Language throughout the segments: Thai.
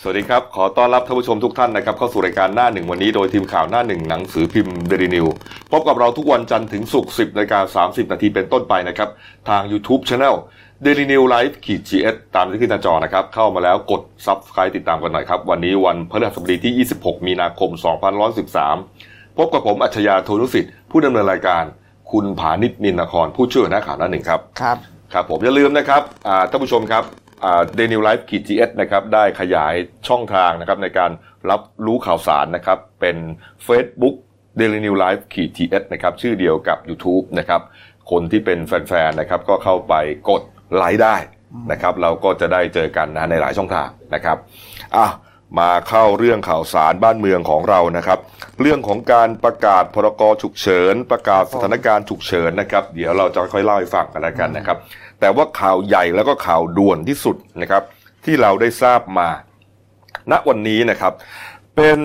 สวัสดีครับ ขอต้อนรับท่านผู้ชมทุกท่านนะครับเข้าสู่รายการหน้าหนึ่งวันนี้โดยทีมข่าวหน้าหนึ่งหนังสือพิมพ์เดลินิวพบกับเราทุกวันจันทร์ถึงศุกร์10นาฬิกา30 นาทีเป็นต้นไปนะครับ ทาง YouTube Channel d a i l y New Life ขีด GS ตามที่ขึ้นหน้าจอนะครับ เข้ามาแล้วกด Subscribe ติดตามกันหน่อยครับ วันนี้วันพฤหัสบดีที่ 26 มีนาคม 2013 พบกับผมอัจฉริยะโทนุสิทธิ์ผู้ดำเนินรายการ คุณผานิชนินนครผู้ช่วยหัวหน้าข่าวหน้าหนึ่งครับ ครับ ครับผมอย่าลืมนะครับอ่าท่านผู้ชมครับเดนิวไลฟ์ขีดจีเอสนะครับได้ขยายช่องทางนะครับในการรับรู้ข่าวสารนะครับเป็น Facebook d a i l y New Life ขีด TS นะครับชื่อเดียวกับ YouTube นะครับคนที่เป็นแฟนๆนะครับก็เข้าไปกดไลค์ได้นะครับเราก็จะได้เจอกันนะในหลายช่องทางนะครับอ่ะมาเข้าเรื่องข่าวสารบ้านเมืองของเรานะครับ เรื่องของการประกาศพรกฉุกเฉิน ประกาศสถานการณ์ฉุกเฉินนะครับ เดี๋ยวเราจะค่อยๆเล่าให้ฟังกันแล้วกันนะครับ แต่ว่าข่าวใหญ่แล้วก็ข่าวด่วนที่สุดนะครับ ที่เราได้ทราบมา ณวันนี้นะครับ เป็น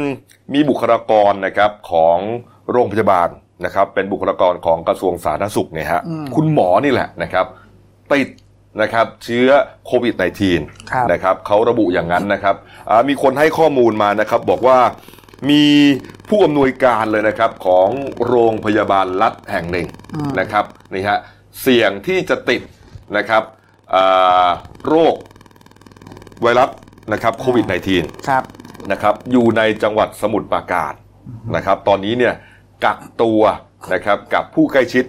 มีบุคลากรนะครับของโรงพยาบาลนะครับ เป็นบุคลากรของกระทรวงสาธารณสุขเนี่ยฮะ อืม คุณหมอนี่แหละนะครับติดนะครับเชื้อโควิด ครับ -19 นะครับเขาระบุอย่างนั้นนะครับอ่ามีคนให้ข้อมูลมานะครับ บอกว่ามีผู้อำนวยการเลยนะครับของโรงพยาบาลรัฐแห่งหนึ่ง อืม นะครับนี่ฮะเสี่ยงที่จะติดนะครับอ่าโรคไวรัสนะครับโควิด -19 ครับ นะครับอยู่ในจังหวัดสมุทรปราการนะครับ ตอนนี้เนี่ยกักตัวนะครับกับผู้ใกล้ชิด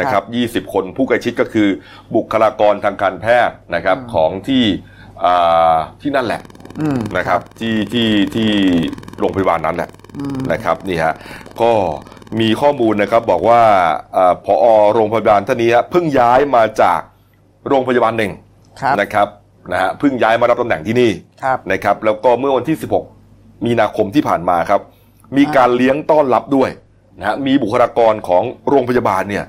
นะครับ 20 คนผู้ใกล้ชิดก็คือบุคลากรทางการแพทย์นะครับ อืม ของที่อ่าที่นั่นแหละ อืม นะครับที่ที่ที่โรงพยาบาลนั้นแหละ อืม นะครับนี่ฮะก็มีข้อมูลนะครับบอกว่าเอ่อผอโรงพยาบาลท่านนี้ฮะเพิ่งย้ายมาจากโรงพยาบาลหนึ่ง ครับ นะครับนะฮะเพิ่งย้ายมารับตำแหน่งที่นี่ ครับ นะครับ แล้วก็เมื่อวันที่ 16 มีนาคมที่ผ่านมาครับ มีการเลี้ยงต้อนรับด้วยนะฮะมีบุคลากรของโรงพยาบาลเนี่ย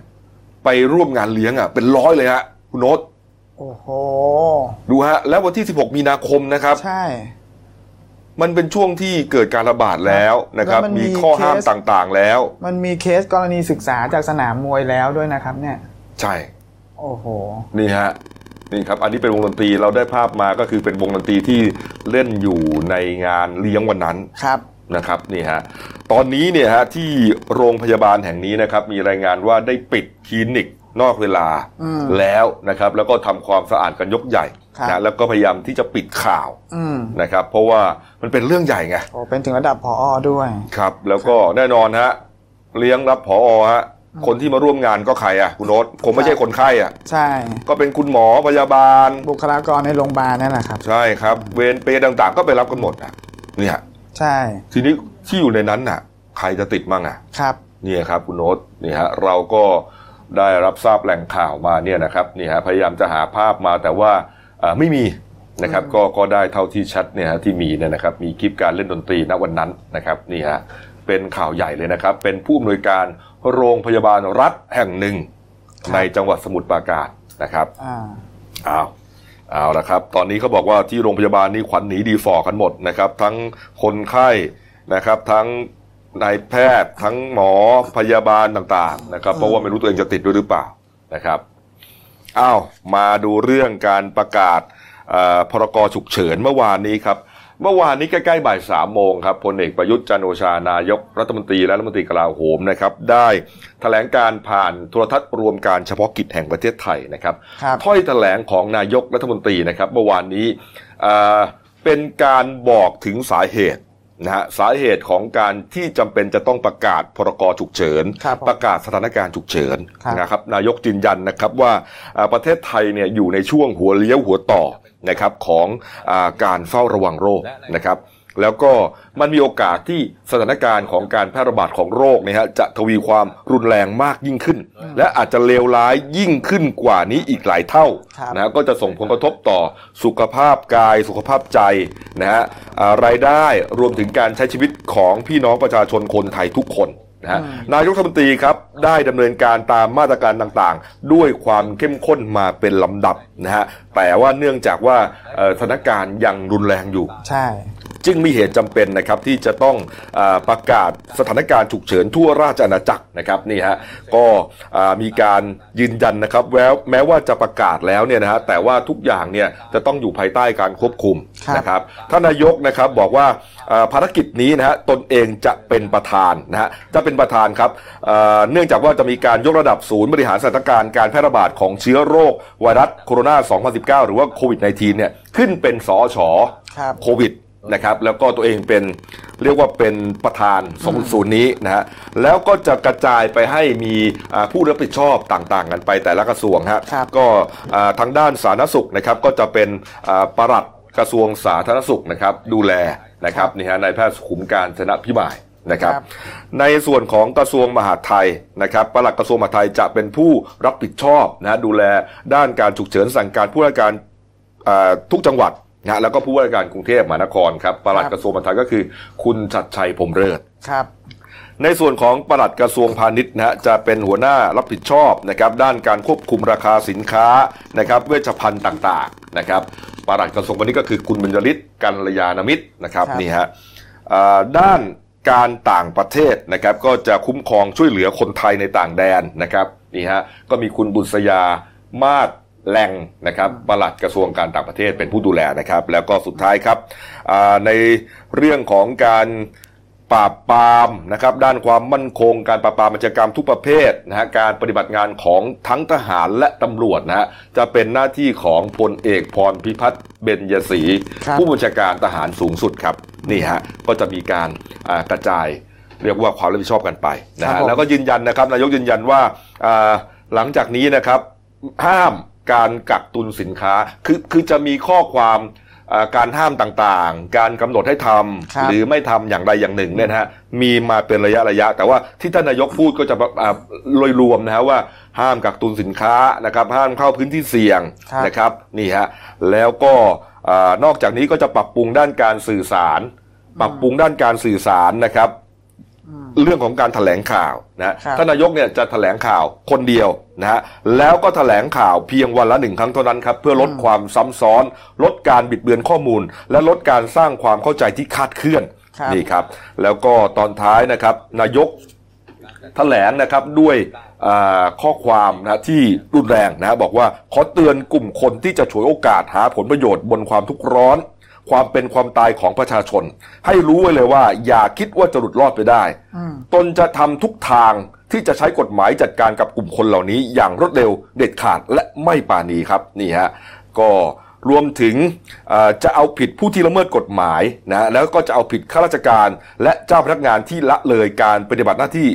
ไปร่วมงานเลี้ยงอ่ะเป็นร้อยเลยฮะคุณโน้ต โอ้โห ดูฮะแล้ววันที่ 16 มีนาคมนะครับ ใช่ มันเป็นช่วงที่เกิดการระบาดแล้วนะครับ แล้วมันมี มีข้อห้าม เคส ต่างๆแล้ว มันมีเคสกรณีศึกษาจากสนามมวยแล้วด้วยนะครับ เนี่ย ใช่ โอ้โห นี่ฮะนี่ครับอันนี้เป็นวงดนตรีเราได้ภาพมาก็คือเป็นวงดนตรีที่เล่นอยู่ในงานเลี้ยงวันนั้น ครับ นะครับนี่ฮะตอนนี้เนี่ยฮะที่โรงพยาบาลแห่งนี้นะครับมีรายงานว่าได้ปิดคลินิกนอกเวลา อืม แล้วนะครับ แล้วก็ทำความสะอาดกันยกใหญ่ ครับ นะแล้วก็พยายามที่จะปิดข่าว อืม นะครับ เพราะว่ามันเป็นเรื่องใหญ่ไง โอ้เป็นถึงระดับพออด้วย ครับ แล้วก็แน่นอนฮะเลี้ยงรับผอฮะคนที่มาร่วมงานก็ใครอ่ะคุณโนตคงไม่ใช่คนไข้อ่ะ ใช่ ก็เป็นคุณหมอพยาบาล บุคลากรในโรงพยาบาลนั่นแหละครับ ใช่ครับ เวรเปรย์ต่างๆ ก็ไปรับกันหมดอ่ะเนี่ย ใช่ ทีนี้ที่อยู่ในนั้นน่ะ ใครจะติดมั่งอ่ะ ครับ เนี่ยครับคุณโน้ตนี่ฮะเราก็ได้รับทราบแหล่งข่าวมาเนี่ยนะครับนี่ฮะพยายามจะหาภาพมาแต่ว่าเอ่อไม่มีนะครับก็ก็ได้เท่าที่ชัดเนี่ยฮะที่มีเนี่ยนะครับ มีคลิปการเล่นดนตรีณวันนั้นนะครับนี่ฮะเป็นข่าวใหญ่เลยนะครับ เป็นผู้อำนวยการโรงพยาบาลรัฐแห่งหนึ่ง ในจังหวัดสมุทรปราการนะครับ อ่า อ้าวเอาละครับ ตอนนี้เขาบอกว่าที่โรงพยาบาลนี่ขวัญหนีดีฟอร์กันหมดนะครับ ทั้งคนไข้นะครับ ทั้งนายแพทย์ ทั้งหมอพยาบาลต่างๆนะครับ เพราะว่าไม่รู้ตัวเองจะติดด้วยหรือเปล่านะครับอ้าวมาดูเรื่องการประกาศเอ่อพรกฉุกเฉินเมื่อวานนี้ครับ เมื่อวานนี้ใกล้ๆบ่ายสามโมงครับพลเอกประยุทธ์จันทร์โอชานายกรัฐมนตรีและรัฐมนตรีกลาโหมนะครับ ได้แถลงการผ่านโทรทัศน์รวมการเฉพาะกิจแห่งประเทศไทยนะครับ ครับ ถ้อยแถลงของนายกรัฐมนตรีนะครับเมื่อวานนี้อ่าเป็นการบอกถึงสาเหตุนะฮะสาเหตุของการที่จำเป็นจะต้องประกาศพรกฉุกเฉิน ครับผม ประกาศสถานการณ์ฉุกเฉิน ครับ นะครับนายกยืนยันนะครับว่าอ่าประเทศไทยเนี่ยอยู่ในช่วงหัวเลี้ยวหัวต่อนะครับของอาการเฝ้าระวังโรคนะครับ แล้วก็มันมีโอกาสที่สถานการณ์ของการแพร่ระบาดของโรคเนยฮะจะทวีความรุนแรงมากยิ่งขึ้น และอาจจะเลวร้ายยิ่งขึ้นกว่านี้อีกหลายเท่า ครับ นะฮะก็จะส่งผลกระทบต่อสุขภาพกาย สุขภาพใจนะฮะอ่ารายได้รวมถึงการใช้ชีวิตของพี่น้องประชาชนคนไทยทุกคนนะฮะนายกรัฐมนตรีครับได้ดำเนินการตามมาตรการต่างๆ ด้วยความเข้มข้นมาเป็นลำดับนะฮะแต่ว่าเนื่องจากว่าเอ่อสถานการณ์ยังรุนแรงอยู่ ใช่ จึงมีเหตุจำเป็นนะครับที่จะต้องอาประกาศสถานการณ์ฉุกเฉินทั่วราชอาณาจักรนะครับนี่ฮะก็อ่ามีการยืนยันนะครับแม้แม้ว่าจะประกาศแล้วเนี่ยนะฮะแต่ว่าทุกอย่างเนี่ยจะต้องอยู่ภายใต้การควบคุม ครับ นะครับ ครับท่านนายกนะครับบอกว่าเอ่อภารกิจนี้นะฮะตนเองจะเป็นประธานนะฮะจะเป็นประธานครับเอ่อเนื่องจากว่าจะมีการยกระดับศูนย์บริหารสถานการณ์การแพร่ระบาดของเชื้อโรคไวรัสโคโรนา 2019 หรือว่าโควิด -19 เนี่ยขึ้นเป็นสอชอ ครับ โควิดนะครับแล้วก็ตัวเองเป็นเรียกว่าเป็นประธานสองศูนย์นี้นะฮะแล้วก็จะกระจายไปให้มีอ่าผู้รับผิดชอบต่างๆ กันไปแต่ละกระทรวงฮะ ครับ ก็อ่าทางด้านสาธารณสุขนะครับก็จะเป็นอ่าปลัดกระทรวงสาธารณสุขนะครับดูแลนะครับนี่ฮะนายแพทย์สุขุมการชนะพิมายนะครับ ครับ ในส่วนของกระทรวงมหาดไทยนะครับปลัดกระทรวงมหาดไทยจะเป็นผู้รับผิดชอบนะดูแลด้านการฉุกเฉินสั่งการผู้ราชการ เอ่อทุกจังหวัดนะฮะแล้วก็ผู้ว่าการกรุงเทพมหานครครับปลัด ครับ กระทรวงมหาดไทยก็คือคุณชัดชัยพรหมเริศ ครับ ในส่วนของปลัดกระทรวงพาณิชย์นะฮะจะเป็นหัวหน้ารับผิดชอบนะครับด้านการควบคุมราคาสินค้านะครับเวชภัณฑ์ต่างๆนะครับปลัดกระทรวงพาณิชย์ก็คือคุณบรรยฤทธิ์กัลยาณมิตรนะครับ ครับ นี่ฮะเอ่อด้านการต่างประเทศนะครับก็จะคุ้มครองช่วยเหลือคนไทยในต่างแดนนะครับนี่ฮะก็มีคุณบุษยามาศแรงนะครับปลัดกระทรวงการต่างประเทศเป็นผู้ดูแลนะครับแล้วก็สุดท้ายครับอ่าในเรื่องของการ ปราบปรามนะครับด้านความมั่นคง การปราบปรามอาชญากรรมทุกประเภทนะฮะการปฏิบัติงานของทั้งทหารและตำรวจนะฮะจะเป็นหน้าที่ของพลเอกพรพิพัฒน์เบญยศรี ครับ ผู้บัญชาการทหารสูงสุดครับนี่ฮะก็จะมีการอ่ากระจายเรียกว่าความรับผิดชอบกันไปนะ ครั ฮะ บผม แล้วก็ยืนยันนะครับนายกยืนยันว่าอ่าหลังจากนี้นะครับห้ามการกักตุนสินค้าคือคือจะมีข้อความอ่าการห้ามต่างๆ การกำหนดให้ทำ ครับ หรือไม่ทำอย่างใดอย่างหนึ่งเนี่ยนะฮะมีมาเป็นระยะระยะ แต่ว่าที่ท่านนายกพูดก็จะแบบอ่าโดยรวมนะฮะว่าห้ามกักตุนสินค้านะครับห้ามเข้าพื้นที่เสี่ยง ครับ นะครับนี่ฮะแล้วก็อ่านอกจากนี้ก็จะปรับปรุงด้านการสื่อสาร ปรับปรุงด้านการสื่อสารนะครับ อืม เรื่องของการถแถลงข่าวนะฮะ ครับ ท่านนายกเนี่ยจะถแถลงข่าวคนเดียวนะฮะแล้วก็ถแถลงข่าวเพียงวันละหนึ่งครั้งเท่านั้นครับเพื่อลด อืม ความซ้ำซ้อน ลดการบิดเบือนข้อมูล และลดการสร้างความเข้าใจที่คาดเคลื่อน ครับ นี่ครับ แล้วก็ตอนท้ายนะครับนายกแถลงนะครับด้วยอ่าข้อความนะที่รุนแรงนะบอกว่าขอเตือนกลุ่มคนที่จะฉวยโอกาสหาผลประโยชน์บนความทุกข์ร้อน ความเป็นความตายของประชาชน ให้รู้ไว้เลยว่า อย่าคิดว่าจะหลุดรอดไปได้ อืม ตนจะทำทุกทางที่จะใช้กฎหมายจัดการกับกลุ่มคนเหล่านี้ อย่างรวดเร็วเด็ดขาดและไม่ป่านีครับนี่ฮะก็รวมถึงเอ่อจะเอาผิดผู้ที่ละเมิดกฎหมายนะแล้วก็จะเอาผิดข้าราชการ และเจ้าพนักงานที่ละเลยการปฏิบัติหน้าที่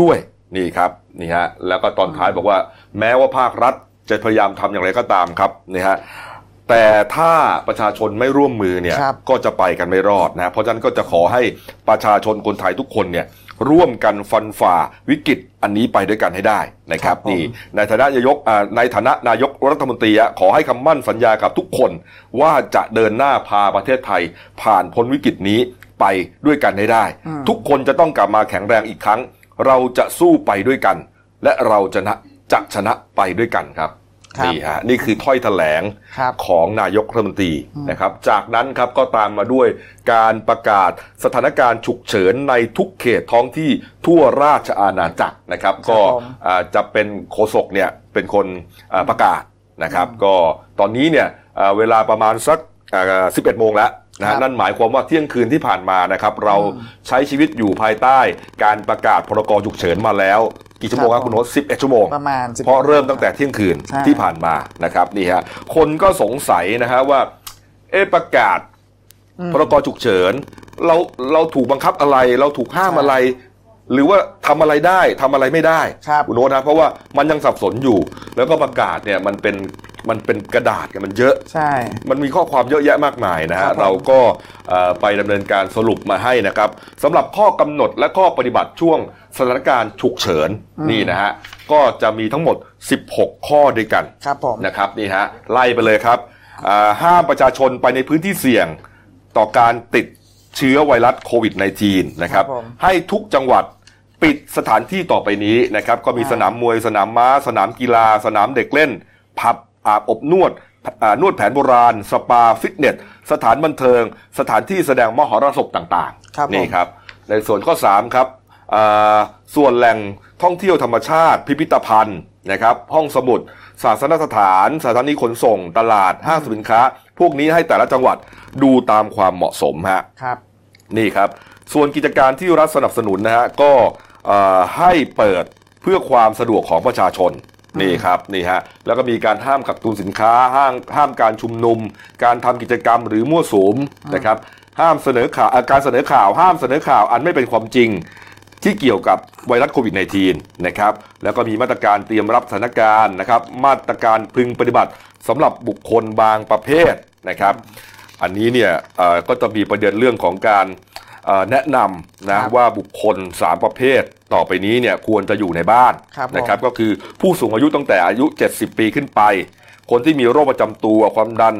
ด้วยนี่ครับนี่ฮะแล้วก็ตอนท้ายบอกว่า แม้ว่าภาครัฐจะพยายามทำอย่างไรก็ตามครับนี่ฮะแต่ถ้าประชาชนไม่ร่วมมือเนี่ย ครับ ก็จะไปกันไม่รอดนะเพราะฉะนั้นก็จะขอให้ประชาชนคนไทยทุกคนเนี่ยร่วมกันฟันฝ่าวิกฤตอันนี้ไปด้วยกันให้ได้นะครับ ครับผม นี่ในฐานะนายกอ่าในฐานะนายกรัฐมนตรีอะขอให้คำมั่นสัญญากับทุกคน ว่าจะเดินหน้าพาประเทศไทย ผ่านพ้นวิกฤตนี้ไปด้วยกันให้ได้ ทุกคนจะต้องกลับมาแข็งแรงอีกครั้ง เราจะสู้ไปด้วยกัน และเราจะนะจะชนะไปด้วยกันครับ ครับ นี่ฮะนี่คือถ้อยแถลง ครับ ของนายกรัฐมนตรีนะครับ จากนั้นครับก็ตามมาด้วยการประกาศสถานการณ์ฉุกเฉินในทุกเขตท้องที่ทั่วราชอาณาจักรนะครับ ก็ ครับผม อ่าจะเป็นโฆษกเนี่ยเป็นคนอ่าประกาศนะครับ ก็ตอนนี้เนี่ยอ่าเวลาประมาณสักอ่า11 โมงแล้วนะ ครั ฮะ บ นั่นหมายความว่าเที่ยงคืนที่ผ่านมานะครับ เราใช้ชีวิตอยู่ภายใต้การประกาศพรกฉุกเฉินมาแล้วกี่ชั่วโมง ค ค รั รั บบ ผคุมณโน้ต11 ชั่วโมง ประมาณ10 เพราะเริ่มตั้งแต่เที่ยงคืน ใช่ ที่ผ่านมานะครับนี่ฮะคนก็สงสัยนะฮะว่าเอะประกาศ อืม พรกฉุกเฉินเราเราถูกบังคับอะไร เราถูกห้าม ใช่ อะไร หรือว่าทำอะไรได้ทำอะไรไม่ได้ ครับ ณโน้ตนะเพราะว่ามันยังสับสนอยู่ แล้วก็ประกาศเนี่ยมันเป็นมันเป็นกระดาษกันมันเยอะ ใช่ มันมีข้อความเยอะแยะมากมายนะ ครั ฮะ บผม เราก็เอ่อไปดำเนินการสรุปมาให้นะครับสำหรับข้อกำหนดและข้อปฏิบัติช่วงสถานการณ์ฉุกเฉิน อืม นี่นะฮะก็จะมีทั้งหมด 16 ข้อด้วยกัน ครับผม นะครับนี่ฮะไล่ไปเลยครับอ่าห้ามประชาชนไปในพื้นที่เสี่ยงต่อการติดเชื้อไวรัสโควิด -19 นะครับ ครับผม ให้ทุกจังหวัดปิดสถานที่ต่อไปนี้นะครับก็มี อ่า สนามมวยสนามม้า สนามกีฬา สนามเด็กเล่น ผับอาบอบนวด อ่านวดแผนโบราณ สปาฟิตเนส สถานบันเทิง สถานที่แสดงมหรสพต่าง ครับผม นี่ครับ ในส่วนข้อ 3 ครับอ่าส่วนแหล่งท่องเที่ยวธรรมชาติ พิพิธภัณฑ์นะครับห้องสมุด ศาสนสถาน สถานีขนส่ง ตลาด ห้างสรรพสินค้า พวกนี้ให้แต่ละจังหวัดดูตามความเหมาะสมฮะ ครับ นี่ครับ ส่วนกิจการที่รัฐสนับสนุนนะฮะก็เอ่อให้เปิดเพื่อความสะดวกของประชาชนนี่ครับนี่ฮะแล้วก็มีการห้ามขับตูนสินค้าห้ามห้ามการชุมนุม การทำกิจกรรมหรือมั่วสุมนะครับห้ามเสนอข่าวเอ่อการเสนอข่าว ห้ามเสนอข่าวอันไม่เป็นความจริง ที่เกี่ยวกับไวรัสโควิด -19 นะครับแล้วก็มีมาตรการเตรียมรับสถานการณ์นะครับมาตรการพึงปฏิบัติสำหรับบุคคลบางประเภทนะครับ อันนี้เนี่ยเอ่อก็จะมีประเด็นเรื่องของการเอ่อแนะนำนะครับ ว่าบุคคล 3 ประเภท ต่อไปนี้เนี่ยควรจะอยู่ในบ้าน ครับผม นะครับ ก็คือผู้สูงอายุตั้งแต่อายุ 70 ปีขึ้นไป คนที่มีโรคประจำตัวความดัน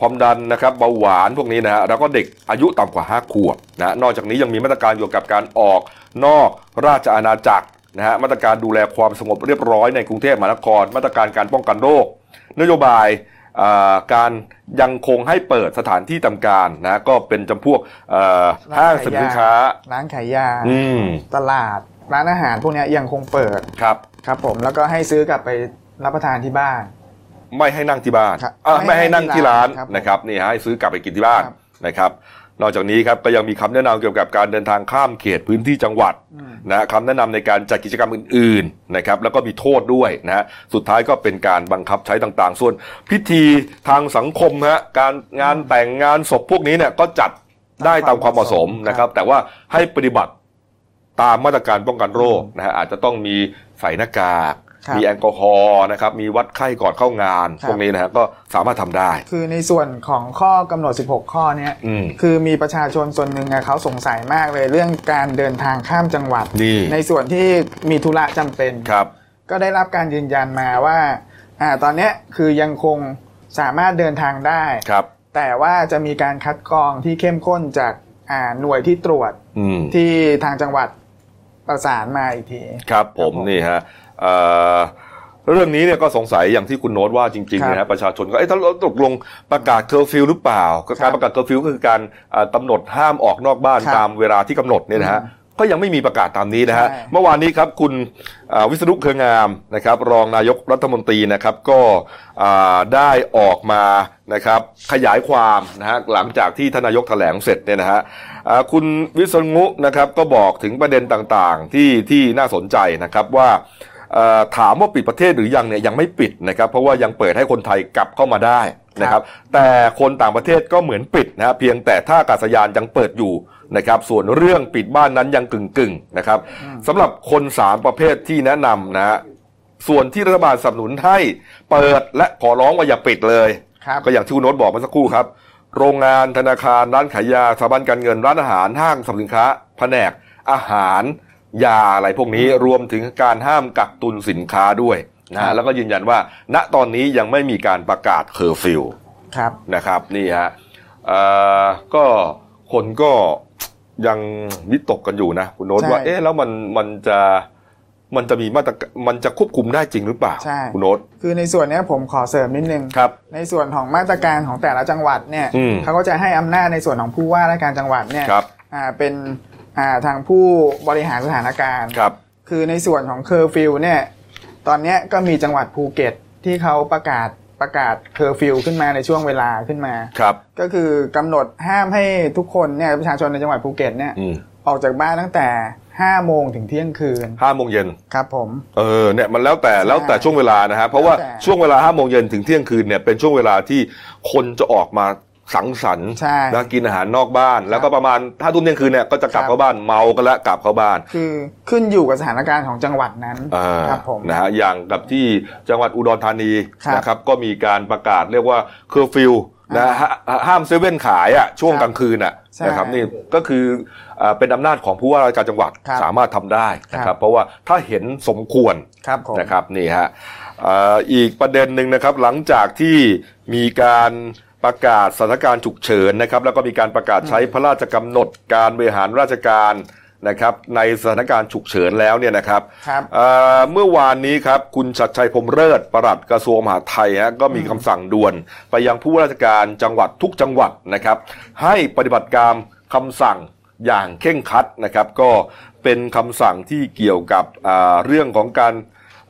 ความดันนะครับเบาหวานพวกนี้นะฮะแล้วก็เด็กอายุต่ำกว่า 5 ขวบนะนอกจากนี้ยังมีมาตรการเกี่ยวกับการออกนอกราชอาณาจักรนะฮะมาตรการดูแลความสงบเรียบร้อยในกรุงเทพมหานคร มาตรการการป้องกันโรค นโยบายเอ่อการยังคงให้เปิดสถานที่ทำการนะก็เป็นจำพวกเอ่อห้างสรรพสินค้า ร้านขายยา อืม ตลาด ร้านอาหารพวกเนี้ยยังคงเปิด ครับ ครับผมแล้วก็ให้ซื้อกลับไปรับประทานที่บ้าน ไม่ให้นั่งที่บ้าน ครับ เอ่อไม่ให้ ไม่ให้ นั่งที่ร้าน ที่ร้านครับ นะครับนี่ฮะให้ซื้อกลับไปกินที่บ้าน ครับ นะครับ นอกจากนี้ครับก็ยังมีคำแนะนำเกี่ยวกับการเดินทางข้ามเขตพื้นที่จังหวัด อืม นะคำแนะนำในการจัดกิจกรรมอื่นๆนะครับแล้วก็มีโทษด้วยนะฮะสุดท้ายก็เป็นการบังคับใช้ต่างๆ ส่วนพิธีทางสังคมฮะการงานแต่งงานศพพวกนี้เนี่ยก็จัดได้ตามความเหมาะสมนะครับ แต่ว่าให้ปฏิบัติ ตามมาตรการป้องกันโรคนะฮะอาจจะต้องมีใส่หน้ากาก ครับ มีแอลกอฮอล์นะครับมีวัดไข้ก่อนเข้างาน ครับ พวกนี้นะฮะก็สามารถทำได้ คือในส่วนของข้อกำหนด 16 ข้อเนี้ย อืม คือมีประชาชนส่วนหนึ่งอะเขาสงสัยมากเลยเรื่องการเดินทางข้ามจังหวัด นี่ ในส่วนที่มีธุระจำเป็น ครับ ก็ได้รับการยืนยันมาว่าอ่าตอนเนี้ยคือยังคงสามารถเดินทางได้ ครับ แต่ว่าจะมีการคัดกรองที่เข้มข้นจากอ่าหน่วยที่ตรวจ อืม ที่ทางจังหวัดประสานมาอีกที ครับผม ครับผม นี่ฮะเอ่อเรื่องนี้เนี่ยก็สงสัยอย่างที่คุณโน้ตว่าจริงๆ ครับ นะฮะประชาชนก็เอ้ถ้าเราตกลงประกาศเคอร์ฟิวหรือเปล่าก็ ครั การ บ ประกาศเคอร์ฟิวก็คือการเอ่อกำหนดห้ามออกนอกบ้าน ครับ ตามเวลาที่กำหนดเนี่ยนะฮะ อืม ก็ยังไม่มีประกาศตามนี้นะฮะ ใช่ เมื่อวานนี้ครับคุณอ่าวิษณุเครืองามนะครับ รองนายกรัฐมนตรีนะครับก็อ่าได้ออกมานะครับขยายความนะฮะหลังจากที่ทานนายกแถลงเสร็จเนี่ยนะฮะอ่าคุณวิษณุนะครับก็บอกถึงประเด็นต่างๆที่ที่น่าสนใจนะครับว่าเอ่อถามว่าปิดประเทศหรือยังเนี่ยยังไม่ปิดนะครับ เพราะว่ายังเปิดให้คนไทยกลับเข้ามาได้นะครับแต่คนต่างประเทศก็เหมือนปิดนะฮะเพียงแต่ท่าอากาศยานยังเปิดอยู่นะครับส่วนเรื่องปิดบ้านนั้นยังกึ่งๆนะครับ สำหรับคน 3 ประเภทที่แนะนำนะฮะส่วนที่รัฐบาลสนับสนุนให้เปิดและขอร้องว่าอย่าปิดเลย ครับ ก็อย่างที่คุณโน้ตบอกเมื่อสักครู่ครับ โรงงานธนาคาร ร้านขายยาสถาบันการเงินร้านอาหารห้างสรรพสินค้า แผนก อาหาร ยาอะไรพวกนี้รวมถึงการห้ามกักตุนสินค้าด้วยนะ ครั ฮะ บ แล้วก็ยืนยันว่า ณตอนนี้ยังไม่มีการประกาศเคอร์ฟิว ครับ นะครับนี่ฮะเอ่อก็คนก็ยังวิตกกันอยู่นะ คุณโน้ต ใช่ ว่าเอ๊ะแล้วมันมันจะมันจะมีมาตรกมันจะควบคุมได้จริงหรือเปล่า ใช่ คุณโน้ต คือในส่วนเนี้ยผมขอเสริมนิดนึง ครับ ในส่วนของมาตรการของแต่ละจังหวัดเนี่ย อืม เขาก็จะให้อำนาจในส่วนของผู้ว่าราชการจังหวัดเนี่ย ครับ อ่าเป็นอ่าทางผู้บริหารสถานการณ์ ครับ คือในส่วนของเคอร์ฟิวเนี่ยตอนเนี้ยก็มีจังหวัดภูเก็ตที่เขาประกาศประกาศเคอร์ฟิวขึ้นมาในช่วงเวลาขึ้นมา ครับ ก็คือกำหนดห้ามให้ทุกคนเนี่ยประชาชนในจังหวัดภูเก็ตเนี่ย อืม ออกจากบ้านตั้งแต่5โมงถึงเที่ยงคืน ห้าโมงเย็น ครับผม เออเนี่ยมันแล้วแต่แล้วแต่ช่วงเวลานะฮะเพราะว่า แล้วแต่ ช่วงเวลาห้าโมงเย็นถึงเที่ยงคืนเนี่ยเป็นช่วงเวลาที่คนจะออกมาสังสรรค์ ใช่ แล้วกินอาหารนอกบ้าน แล้วก็ประมาณถ้าทุ่มเที่ยงคืนเนี่ยก็จะกลับ ครับ เข้าบ้านเมากันแล้วกลับเข้าบ้าน คือขึ้นอยู่กับสถานการณ์ของจังหวัดนั้น อ่า ครับผม นะฮะอย่างกับที่จังหวัดอุดรธานี ครับ นะครับก็มีการประกาศเรียกว่าเคอร์ฟิวนะฮะห้ามเซเว่นขายอ่ะช่วง ครับ กลางคืนอ่ะ ใช่ นะครับนี่ก็คืออ่าเป็นอำนาจของผู้ว่าราชการจังหวัด ครับ สามารถทำได้นะค ครั รับ บ เพราะว่าถ้าเห็นสมควร ครับผม นะครับนี่ฮะเอ่ออีกประเด็นหนึ่งนะครับหลังจากที่มีการประกาศสถานการณ์ฉุกเฉินนะครับแล้วก็มีการประกาศใช้พระราชกำหนดการบริหารราชการ นะครับในสถานการณ์ฉุกเฉินแล้วเนี่ยนะครับ ครับ เอ่อเมื่อวานนี้ครับคุณชัดชัยพรหมเลิศปลัดกระทรวงมหาดไทยฮะก็มีคำสั่งด่วน ไปยังผู้ว่าราชการจังหวัดทุกจังหวัดนะครับ ให้ปฏิบัติการคำสั่งอย่างเคร่งครัดนะครับ ก็เป็นคำสั่งที่เกี่ยวกับอ่าเรื่องของการ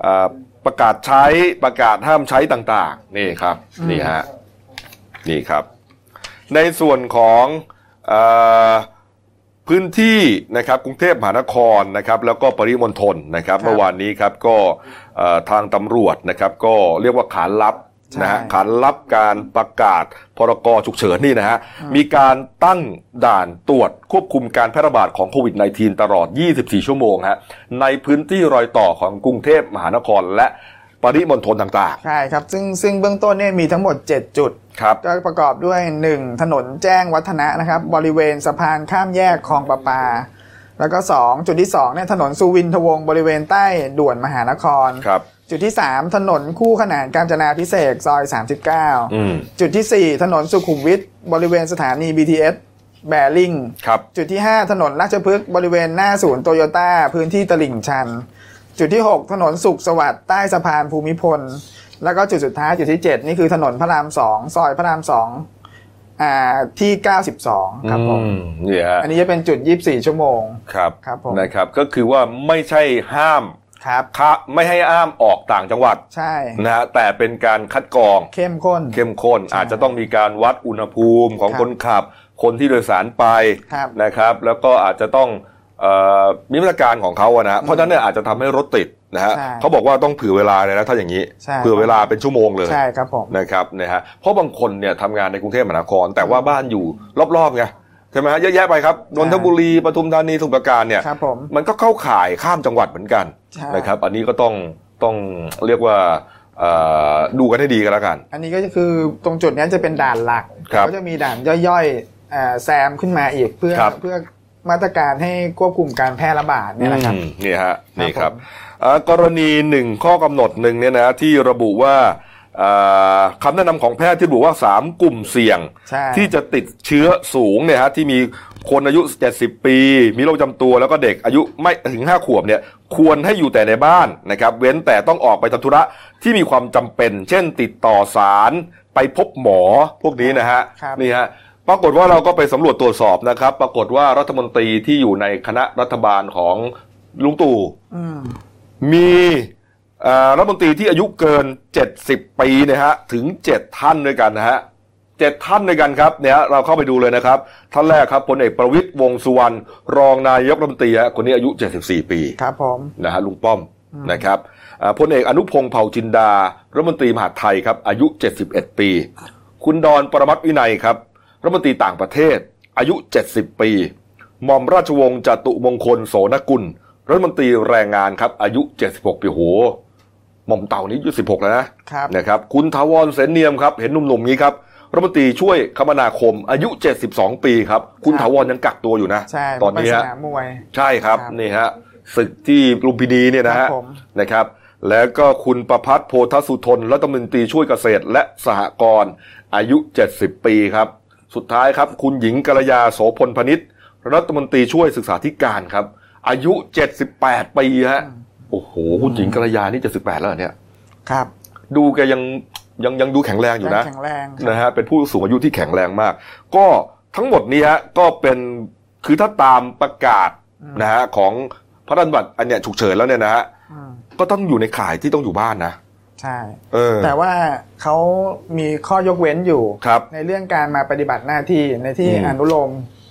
อ่าประกาศใช้ประกาศห้ามใช้ต่างๆนี่ครับนี่ฮะนี่ครับ ในส่วนของเออ พื้นที่นะครับกรุงเทพมหานครนะครับแล้วก็ปริมณฑลนะครับ ครับ เมื่อวานนี้ครับก็เอ่อทางตำรวจนะครับก็เรียกว่าขานรับ ใช่ นะฮะขานรับการประกาศพรกฉุกเฉินนี่นะฮะมีการตั้งด่านตรวจควบคุมการแพร่ระบาดของโควิด -19 ตลอด 24 ชั่วโมงฮะในพื้นที่รอยต่อของกรุงเทพมหานครและปริมณฑลต่าง ใช่ครับ ซึ่งซึ่งเบื้องต้นเนี่ยมีทั้งหมด 7 จุด ๆครับ ก็ประกอบด้วย 1. ถนนแจ้งวัฒนะนะครับ บริเวณสะพานข้ามแยกคลองประปา แล้วก็ 2 จุดที่2เนี่ยถนนสุวินทวงศ์บริเวณใต้ด่วนมหานคร ครับ จุดที่ 3 ถนนคู่ขนานกาญจนาพิเศษกซอย 39 อืม จุดที่ 4 ถนนสุขุมวิทบริเวณสถานี BTS แบริ่ง ครับ จุดที่ 5 ถนนราชพฤกษ์บริเวณหน้าศูนย์โตโยต้าพื้นที่ตลิ่งชัน จุดที่ 6 ถนนสุขสวัสดิ์ใต้สะพานภูมิพล แล้วก็จุดสุดท้ายจุดที่ 7 นี่คือถนนพระรามสองซอยพระรามสองอ่าที่ 92 ครับผม อืเนี่ยฮะ อันนี้จะเป็นจุด 24 ชั่วโมง ครับ ครับผม นะครับก็คือว่าไม่ใช่ห้าม ครับ ค้าไม่ให้อ้ามออกต่างจังหวัด ใช่ นะฮะแต่เป็นการคัดกรอง เข้มข้น เข้มข้นอาจจะต้องมีการวัดอุณหภูมิของ ครับ คนขับ คนที่โดยสารไป ครับ นะครับ แล้วก็อาจจะต้องเอ่อมีมาตรการของเขาอะนะฮะเพราะฉะนั้นเนี่ยอาจจะทำให้รถติดนะฮะ ใช่ เขาบอกว่าต้องเผื่อเวลาเลยนะถ้าอย่างนี้ ใช่ เผื่อเวลาเป็นชั่วโมงเลย ใช่ครับผม นะครับนะฮะเพราะบางคนเนี่ยทำงานในกรุงเทพมหานคร แต่ว่าบ้านอยู่รอบๆไงใช่ไหมฮะเยอะแยะไปครับนนทบุรีปทุมธานีสมุทรปราการเนี่ย ครับผม มันก็เข้าข่ายข้ามจังหวัดเหมือนกัน ใช่ นะครับ อันนี้ก็ต้องต้องเรียกว่าเอ่อดูกันให้ดีกันแล้วกัน อันนี้ก็คือตรงจุดเนี้ยจะเป็นด่านหลัก ครับ ก็จะมีด่านย่อยๆอ่าแซมขึ้นมาอีกเพื่อ ครับ เพื่อมาตรการให้ควบคุมการแพร่ระบาดเนี่ยนะครับ อืมนี่ฮะนี่ครับ ผม เอ่อกรณีหนึ่งข้อกำหนดหนึ่งเนี่ยนะที่ระบุว่าเอ่อคำแนะนำของแพทย์ที่ระบุว่า 3 กลุ่มเสี่ยง ใช่ ที่จะติดเชื้อสูงเนี่ยฮะที่มีคนอายุ 70 ปี มีโรคประจำตัวแล้วก็เด็กอายุไม่ถึง 5 ขวบเนี่ยควรให้อยู่แต่ในบ้านนะครับเว้นแต่ต้องออกไปทำธุระที่มีความจำเป็น เช่นติดต่อสารไปพบหมอพวกนี้นะฮะ ครับ นี่ฮะปรากฏว่าเราก็ไปสำรวจตรวจสอบนะครับ ปรากฏว่ารัฐมนตรีที่อยู่ในคณะรัฐบาลของลุงตู่ อืม มีเอ่อรัฐมนตรีที่อายุเกิน 70 ปีนะฮะถึง 7 ท่านด้วยกันนะฮะ เจ็ดท่านด้วยกันครับเนี่ยเราเข้าไปดูเลยนะครับ ท่านแรกครับพลเอกประวิตยวงษ์สุวรรณรองนายกรัฐมนตรีฮะคนนี้อายุ 74 ปี ครับผม นะฮะลุงป้อมนะครับอ่าพลเอกอนุพงษ์เผ่าจินดารัฐมนตรีมหาดไทยครับอายุ 71 ปี คุณดอนประมัติวินัยครับรัฐมนตรีต่างประเทศ อายุ 70 ปีหม่อมราชวงศ์จตุมงคลโสนกุลรัฐมนตรีแรงงานครับอายุ 76 ปีโหหม่อมเต่านี้อายุ 16 แล้วนะ ครับ นะครับคุณทาวรเสนเนียมครับเห็นหนุ่มๆงี้ครับรัฐมนตรีช่วยคมนาคมอายุ 72 ปีครับ คุณ ครับ ถาวรยังกักตัวอยู่นะ ใช่ ตอน ไป นี้ ส ฮะ นามมวย ใช่ครับ ครับ นี่ฮะศึกที่ลุมพินีเนี่ยนะ ครั ฮะ บผม นะครับ แล้วก็คุณประพัฒน์โพธสุทนรัฐมนตรีช่วยเกษตรและสหกรณ์อายุ 70 ปีครับ สุดท้ายครับ คุณหญิงกัลยาโสพลพนิษฐ์รัฐมนตรีช่วยศึกษาธิการครับ อายุ 78 ปีฮะ อืม โอ้โหคุณหญิงกัลยานี่78แล้วเหรอเนี่ย ครับ ดูแกยังยังยังดูแข็งแรงอยู่นะ แข็งแรง นะฮะเป็นผู้สูงอายุที่แข็งแรงมาก ก็ทั้งหมดนี้ฮะก็เป็นคือถ้าตามประกาศนะฮะของพระราชบัญญัติอันเนี้ยฉุกเฉินแล้วเนี่ยนะฮะ อืม ก็ต้องอยู่ในข่ายที่ต้องอยู่บ้านนะ ใช่ เออ แต่ว่าเขามีข้อยกเว้นอยู่ ครับ ในเรื่องการมาปฏิบัติหน้าที่ในที่ อืม อนุโลม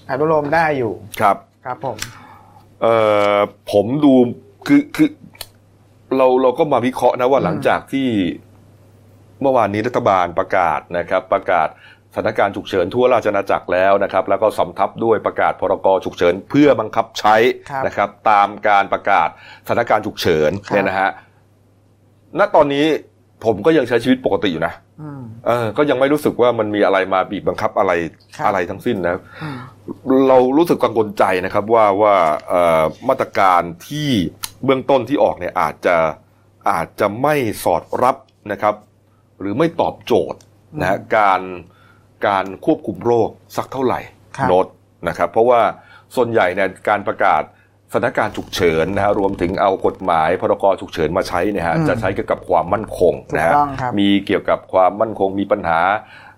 อนุโลมได้อยู่ ครับ ครับผม เออผมดูคือคือเราเราก็มาวิเคราะห์นะว่าหลังจากที่เมื่อวานนี้รัฐบาลประกาศนะครับ ประกาศสถานการณ์ฉุกเฉินทั่วราชอาณาจักรแล้วนะครับ แล้วก็สำทับด้วยประกาศพรกฉุกเฉินเพื่อบังคับใช้ ครับ นะครับ ตามการประกาศสถานการณ์ฉุกเฉินเนี่ยนะฮะณตอนนี้ผมก็ยังใช้ชีวิตปกติอยู่นะ อืม เออก็ยังไม่รู้สึกว่ามันมีอะไรมาบีบบังคับอะไร ครับ อะไรทั้งสิ้นนะ อืม เรารู้สึกกังวลใจนะครับว่าว่าเอ่อมาตรการที่เบื้องต้นที่ออกเนี่ยอาจจะอาจจะไม่สอดรับนะครับ หรือไม่ตอบโจทย์นะฮะการการควบคุมโรคสักเท่าไหร่ ครับ โนดนะครับ เพราะว่าส่วนใหญ่เนี่ยการประกาศ สถานการณ์ฉุกเฉินนะฮะรวมถึงเอากฎหมายพรกฉุกเฉินมาใช้เนี่ยฮะจะใช้เกี่ยวกับความมั่นคงนะฮะ ถูกต้องครับ มีเกี่ยวกับความมั่นคงมีปัญหา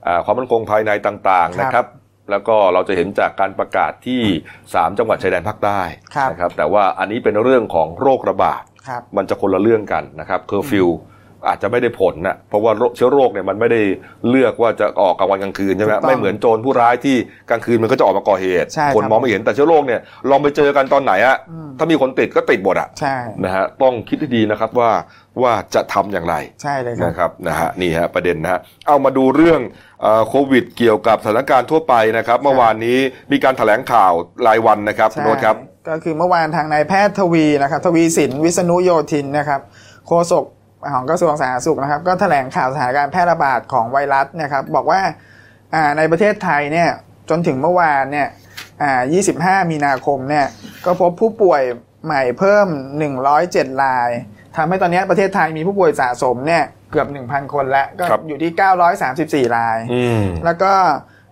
อ่าความมั่นคงภายในต่างๆ ครับ นะครับ แล้วก็เราจะเห็นจากการประกาศที่ 3 จังหวัดชายแดนภาคใต้ ครับ นะครับแต่ว่าอันนี้เป็นเรื่องของโรคระบาด ครับ มันจะคนละเรื่องกันนะครับเคอร์ฟิวอาจจะไม่ได้ผลนะเพราะว่าโรคเชื้อโรคเนี่ยมันไม่ได้เลือกว่าจะออกกลางวันกลางคืนใช่ไหม ถูกต้อง ไม่เหมือนโจรผู้ร้ายที่กลางคืนมันก็จะออกมาก่อเหตุ ใช่ครับ คนมองไม่เห็นแต่เชื้อโรคเนี่ยลองไปเจอกันตอนไหนอะถ้ามีคนติดก็ติดหมดอะ ใช่ นะฮะต้องคิดให้ดีนะครับว่าว่าจะทำอย่างไร ใช่เลยครับ นะครับนะฮะนี่ฮะประเด็นนะฮะเอามาดูเรื่องเอ่อโควิด เกี่ยวกับสถานการณ์ทั่วไปนะครับ เมื่อวานนี้มีการแถลงข่าวรายวันนะครับคุณโนตครับ ก็คือเมื่อวานทางนายแพทย์ทวีนะครับ ทวีสินวิษณุโยธินนะครับโฆษกของกระทรวงสาธารณสุขนะครับ ก็แถลงข่าวสถานการณ์แพร่ระบาดของไวรัสนะครับ บอกว่าอ่าในประเทศไทยเนี่ยจนถึงเมื่อวานเนี่ยอ่า25 มีนาคมเนี่ยก็พบผู้ป่วยใหม่เพิ่ม 107รายทำให้ตอนนี้ประเทศไทยมีผู้ป่วยสะสมเนี่ยเกือบ 1,000 คนแล้วก็ ครับ อยู่ที่ 934ราย อืม แล้วก็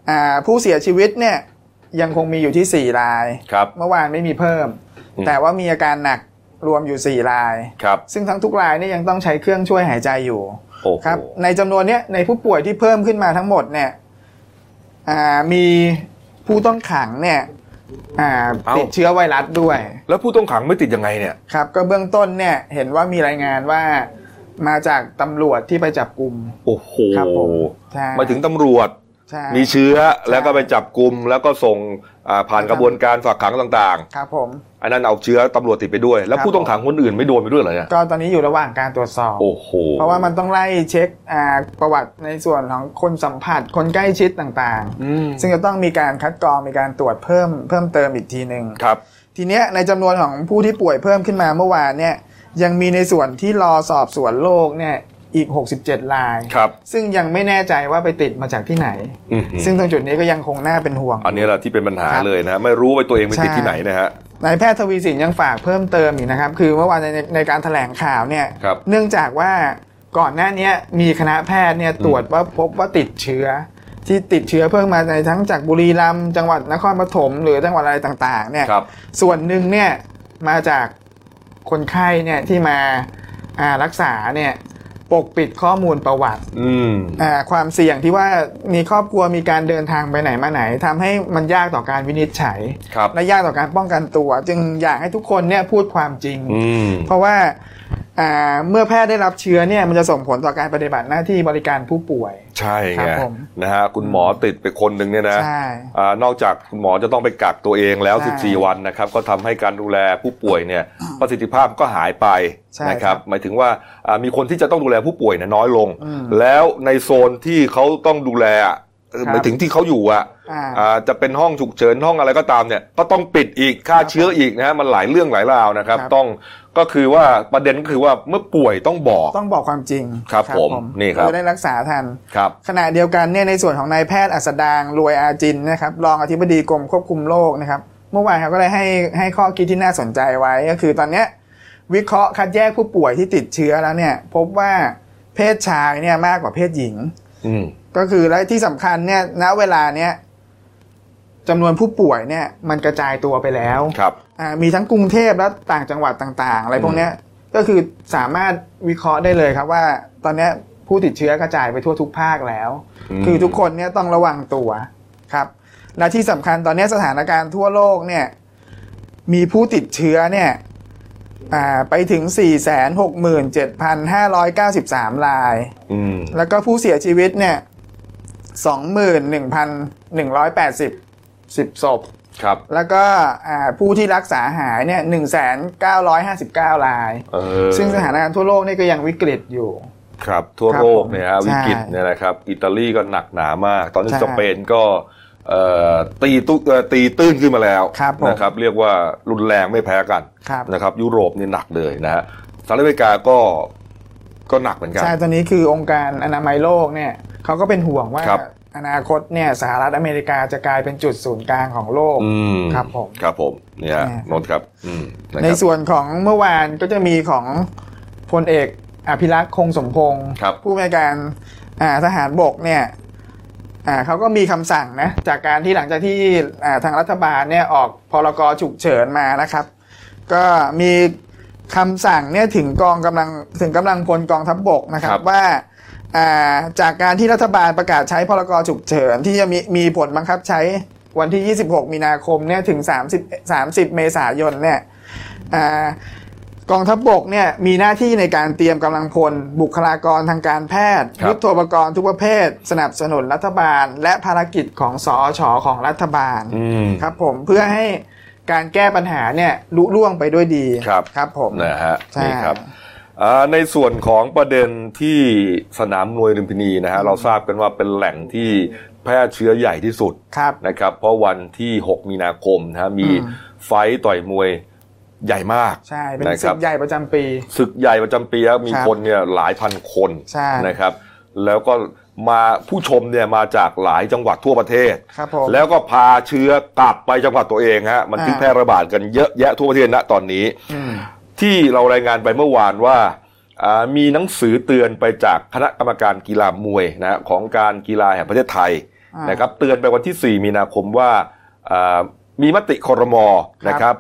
อ่าผู้เสียชีวิตเนี่ยยังคงมีอยู่ที่ 4 ราย ครับ เมื่อวานไม่มีเพิ่ม อืม แต่ว่ามีอาการหนักรวมอยู่ 4 ราย ครับ ซึ่งทั้งทุกรายเนี่ยยังต้องใช้เครื่องช่วยหายใจอยู่ โอ้โห ครับ ในจำนวนเนี้ยในผู้ป่วยที่เพิ่มขึ้นมาทั้งหมดเนี่ยอ่ามีผู้ต้องขังเนี่ยอ่าติดเชื้อไวรัสด้วย แล้วผู้ต้องขังไม่ติดยังไงเนี่ย ครับ ก็เบื้องต้นเนี่ยเห็นว่ามีรายงานว่ามาจากตำรวจที่ไปจับกลุ่ม โอ้โห ครับผม ใช่ มาถึงตำรวจ ใช่ มีเชื้อแล้วก็ไปจับกลุ่มแล้วก็ส่งอ่าผ่านกครับระบวนการฝากขังต่าง ครับผม ๆ อันนั้นเอาเชื้อตำรวจติดไปด้วย แล้ว ครับ ผู้ต้องขังคนอื่นไม่โดนไปด้วยเหรอเนี่ย ก็ตอนนี้อยู่ระหว่างการตรวจสอบ โอ้โห เพราะว่ามันต้องไล่เช็คอ่าประวัติในส่วนของคนสัมผัสคนใกล้ชิดต่าง อืม ๆ ซึ่งจะต้องมีการคัดกรองมีการตรวจเพิ่มเพิ่มเติมอีกทีหนึ่ง ครับ ทีเนี้ยในจำนวนของผู้ที่ป่วยเพิ่มขึ้นมาเมื่อวานเนี่ยยังมีในส่วนที่รอสอบสวนโรคเนี่ยอีก 67ราย ครับ ซึ่งยังไม่แน่ใจว่าไปติดมาจากที่ไหน อื้อหือ ซึ่งตรงจุดนี้ก็ยังคงน่าเป็นห่วง อันนี้แหละที่เป็นปัญหา ครับ เลยนะฮะไม่รู้ว่าตัวเองไปติด ใช่ ที่ไหนนะฮะ นายแพทย์ทวีสินยังฝากเพิ่มเติมอีกนะครับ คือเมื่อวานในในการถแถลงข่าวเนี่ย ครับ เนื่องจากว่าก่อนหน้าเนี้ยมีคณะแพทย์เนี่ยตรวจว่าพบว่าติดเชื้อ ที่ติดเชื้อเพิ่มมาในทั้งจากบุรีรัมย์จังหวัดนครปฐมหรือจังหวัดอะไรต่างๆเนี่ย ครับ ส่วนหนึ่งเนี่ยมาจากคนไข้เนี่ยที่มาอ่ารักษาเนี่ยปกปิดข้อมูลประวัติ อืม อ่าความเสี่ยงที่ว่ามีครอบครัวมีการเดินทางไปไหนมาไหนทำให้มันยากต่อการวินิจฉัย ครับ และยากต่อการป้องกันตัว จึงอยากให้ทุกคนเนี่ยพูดความจริง อืม เพราะว่าอ่าเมื่อแพทย์ได้รับเชื้อเนี่ยมันจะส่งผลต่อการปฏิบัติหน้าที่บริการผู้ป่วย ใช่ ครั ไง บผม นะฮะคุณหมอติดไปคนหนึ่งเนี่ยนะ ใช่ อานอกจากคุณหมอจะต้องไปกักตัวเองแล้ว ใช่ 14 วันนะครับ ก็ทำให้การดูแลผู้ป่วยเนี่ยประสิทธิภาพก็หายไป ใช่ นะครับ ครับ หมายถึงว่าอ่ามีคนที่จะต้องดูแลผู้ป่วยเนี่ยน้อยลง อืม แล้วในโซนที่เขาต้องดูแลอ่ะเออ ครับ หมายถึงที่เขาอยู่อ่ะ อ่า อ่าจะเป็นห้องฉุกเฉินห้องอะไรก็ตามเนี่ยก็ต้องปิดอีกฆ่าเชื้ออีกนะฮะมันหลายเรื่องหลายราวนะครับ ครับ ต้องก็คือว่าประเด็นก็คือว่าเมื่อป่วยต้องบอก ต้องบอกความจริง ครับผมนี่ครับ จะได้รักษาทัน ครับ ขณะเดียวกันเนี่ยในส่วนของนายแพทย์อัสดางรวยอาจินนะครับรองอธิบดีกรมควบคุมโรคนะครับเมื่อวานเขาก็เลยให้ให้ข้อคิดที่น่าสนใจไว้ ก็คือตอนเนี้ยวิเคราะห์คัดแยกผู้ป่วยที่ติดเชื้อแล้วเนี่ยพบว่าเพศชายเนี่ยมากกว่าเพศหญิง อืม ก็คือและที่สำคัญเนี่ยณเวลาเนี้ยจำนวนผู้ป่วยเนี่ยมันกระจายตัวไปแล้ว ครับ อ่ามีทั้งกรุงเทพและต่างจังหวัดต่างๆ อะไรพวกเนี้ยก็คือสามารถวิเคราะห์ได้เลยครับว่า ตอนเนี้ยผู้ติดเชื้อกระจายไปทั่วทุกภาคแล้ว อืม คือทุกคนเนี่ยต้องระวังตัวครับ และที่สำคัญตอนเนี้ยสถานการณ์ทั่วโลกเนี่ยมีผู้ติดเชื้อเนี่ยอ่าไปถึง 467,593 ราย อืม แล้วก็ผู้เสียชีวิตเนี่ยสองหมื่นหนึ่งพันหนึ่งร้อยแปดสิบสิบศพ ครับ แล้วก็อ่าผู้ที่รักษาหายเนี่ยหนึ่งแสนเก้าร้อยห้าสิบเก้าราย เออ ซึ่งสถานการณ์ทั่วโลกนี่ก็ยังวิกฤตอยู่ ครับทั่ว ครับ โลกเนี่ยฮะ ผม วิกฤต ใช่ เนี่ยนะครับอิตาลีก็หนักหนามาก ตอนนี้ ใช่ สเปนก็เอ่อตีตุเอ่อตีตื้นขึ้นมาแล้ว ครับผม นะครับเรียกว่ารุนแรงไม่แพ้กัน ครับ นะครับยุโรปนี่หนักเลยนะฮะสหรัฐอเมริกาก็ก็หนักเหมือนกัน ใช่ตอนนี้คือองค์การอนามัยโลกเนี่ยเขาก็เป็นห่วงว่า ครับ อนาคตเนี่ยสหรัฐอเมริกาจะกลายเป็นจุดศูนย์กลางของโลก อืม ครับผม ครับผมเนี่ยฮะ ใช่ นนท์ครับอืมะ ใน ครับ ส่วนของเมื่อวานก็จะมีของพลเอกอภิรักษ์คงสมพงศ์ ครับ ผู้ในวยการอ่าทหารบกเนี่ยอ่าเขาก็มีคำสั่งนะจากการที่หลังจากที่อ่าทางรัฐบาลเนี่ยออกพรกฉุกเฉินมานะครับ ก็มีคำสั่งเนี่ยถึงกองกำลังถึงกำลังพลกองทัพบบกนะครั ครับ บ ว่าอ่าจากการที่รัฐบาลประกาศใช้พรกฉุกเฉินที่จะมีมีผลบังคับใช้วันที่ 26 มีนาคมเนี่ยถึง 30 30 เมษายนเนี่ยอ่ากองทัพบบกเนี่ยมีหน้าที่ในการเตรียมกำลังพล บุคลากรทางการแพทย์ ครับ ยุทโธปกรณ์ทุกประเภท สนับสนุนรัฐบาล และภารกิจของสอชอของรัฐบาล อืม ครับผมเพื่อให้การแก้ปัญหาเนี่ยลุล่วงไปด้วยดี ครับ ครับผม นะฮะ ใช่ นี่ครับอ่าในส่วนของประเด็นที่สนามมวยลุมพินีนะฮะเราทราบกันว่าเป็นแหล่งที่แพร่เชื้อใหญ่ที่สุด ครับ นะครับ เพราะวันที่ 6 มีนาคมนะฮะมี อืม ไฟต์ต่อยมวยใหญ่มาก ใช่เป็น นะค ศึ รับ กใหญ่ประจำปี ศึกใหญ่ประจำปีครับมี ครับ คนเนี่ยหลายพันคน ใช่ นะครับ แล้วก็มาผู้ชมเนี่ยมาจากหลายจังหวัดทั่วประเทศ ครับผม แล้วก็พาเชื้อกลับไปจังหวัดตัวเองฮะมันถึง อ่า แพร่ระบาดกันเยอะแยะทั่วประเทศณตอนนี้ อืม ที่เรารายงานไปเมื่อวานว่าอ่ามีหนังสือเตือนไปจากคณะกรรมการกีฬามวยนะฮะของการกีฬาแห่งประเทศไทย อ่าน นะครับ เตือนไปวันที่ 4 มีนาคมว่าอ่ามีมติคอรมอนะครับ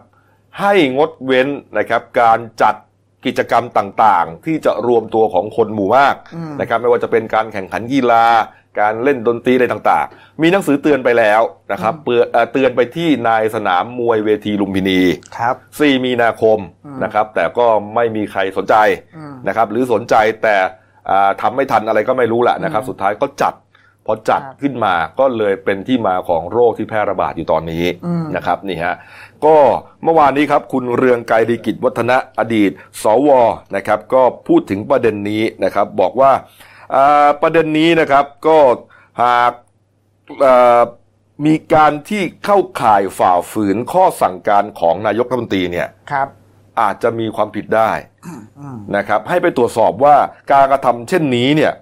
ให้งดเว้นนะครับการจัดกิจกรรมต่างๆ ที่จะรวมตัวของคนหมู่มากนะครับไม่ว่าจะเป็นการแข่งขันกีฬา การเล่นดนตรีอะไรต่างๆ มีหนังสือเตือนไปแล้วนะครับเปือเอ่อเตือนไปที่นายสนามมวยเวทีลุมพินี ครับ 4 มีนาคมนะครับ แต่ก็ไม่มีใครสนใจ อืม นะครับ หรือสนใจแต่อ่าทำาไม่ทันอะไรก็ไม่รู้แหละนะครับ สุดท้ายก็จัดพอจัด ครับ ขึ้นมาก็เลยเป็นที่มาของโรคที่แพร่ระบาดอยู่ตอนนี้ อืม นะครับนี่ฮะก็เมื่อวานนี้ครับ คุณเรืองไกรลีกิจวัฒนะอดีต สวนะครับ ก็พูดถึงประเด็นนี้นะครับ บอกว่าอ่าประเด็นนี้นะครับก็หาก เอ่อมีการที่เข้าข่ายฝ่าฝืนข้อสั่งการของนายกรัฐมนตรีเนี่ย ครับ อาจจะมีความผิดได้ อืม นะครับ ให้ไปตรวจสอบว่าการกระทำเช่นนี้เนี่ย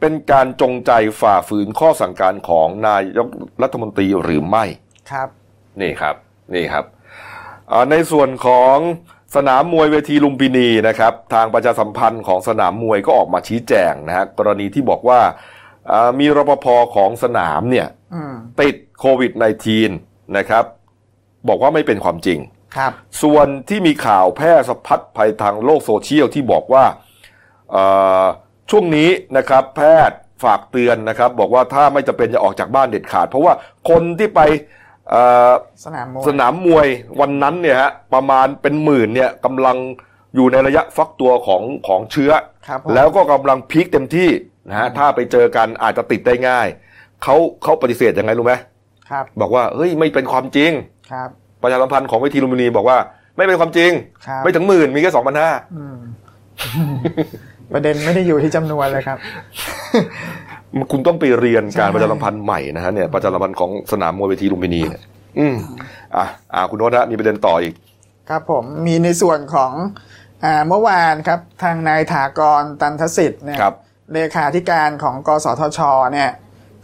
เป็นการจงใจฝ่าฝืนข้อสั่งการของนายกรัฐมนตรีหรือไม่ ครับ นี่ครับนี่ครับอ่าในส่วนของสนามมวยเวทีลุมพินีนะครับ ทางประชาสัมพันธ์ของสนามมวยก็ออกมาชี้แจงนะฮะกรณีที่บอกว่าอ่ามีรปภของสนามเนี่ย อืม ติดโควิด -19 นะครับ บอกว่าไม่เป็นความจริง ครับ ส่วนที่มีข่าวแพร่สะพัดภัยทางโลกโซเชียลที่บอกว่าเอ่อช่วงนี้นะครับ แพทย์ฝากเตือนนะครับ บอกว่าถ้าไม่จะเป็นจะออกจากบ้านเด็ดขาด เพราะว่าคนที่ไปเอ่อ สนามมวย สนามมวยวันนั้นเนี่ยฮะประมาณเป็นหมื่นเนี่ยกำลังอยู่ในระยะฟักตัวของของเชื้อ ครับผม แล้วก็กำลังพีคเต็มที่นะฮะถ้าไปเจอกันอาจจะติดได้ง่ายเขาเขาปฏิเสธยังไงรู้ไหม ครับ บอกว่าเฮ้ยไม่เป็นความจริง ครับ ประชาสัมพันธ์ของเวทีลุมพินีบอกว่าไม่เป็นความจริง ครับ ไม่ถึงหมื่นมีแค่สองพันห้า อืม ประเด็นไม่ได้อยู่ที่จำนวนเลยครับ คุณต้องไปเรียนการ ใช่ ประชาสัมพันธ์ใหม่นะฮะเนี่ยประชาสัมพันธ์ของสนามมวยเวทีลุมพินีเนี่ยอืมอ่ะอ่าคุณโน้ตฮะมีประเด็นต่ออีก ครับผมมีในส่วนของอ่าเมื่อวานครับทางนายถากรตันทสิทธิ์เนี่ย ครับ เลขาธิการของกสทชเนี่ย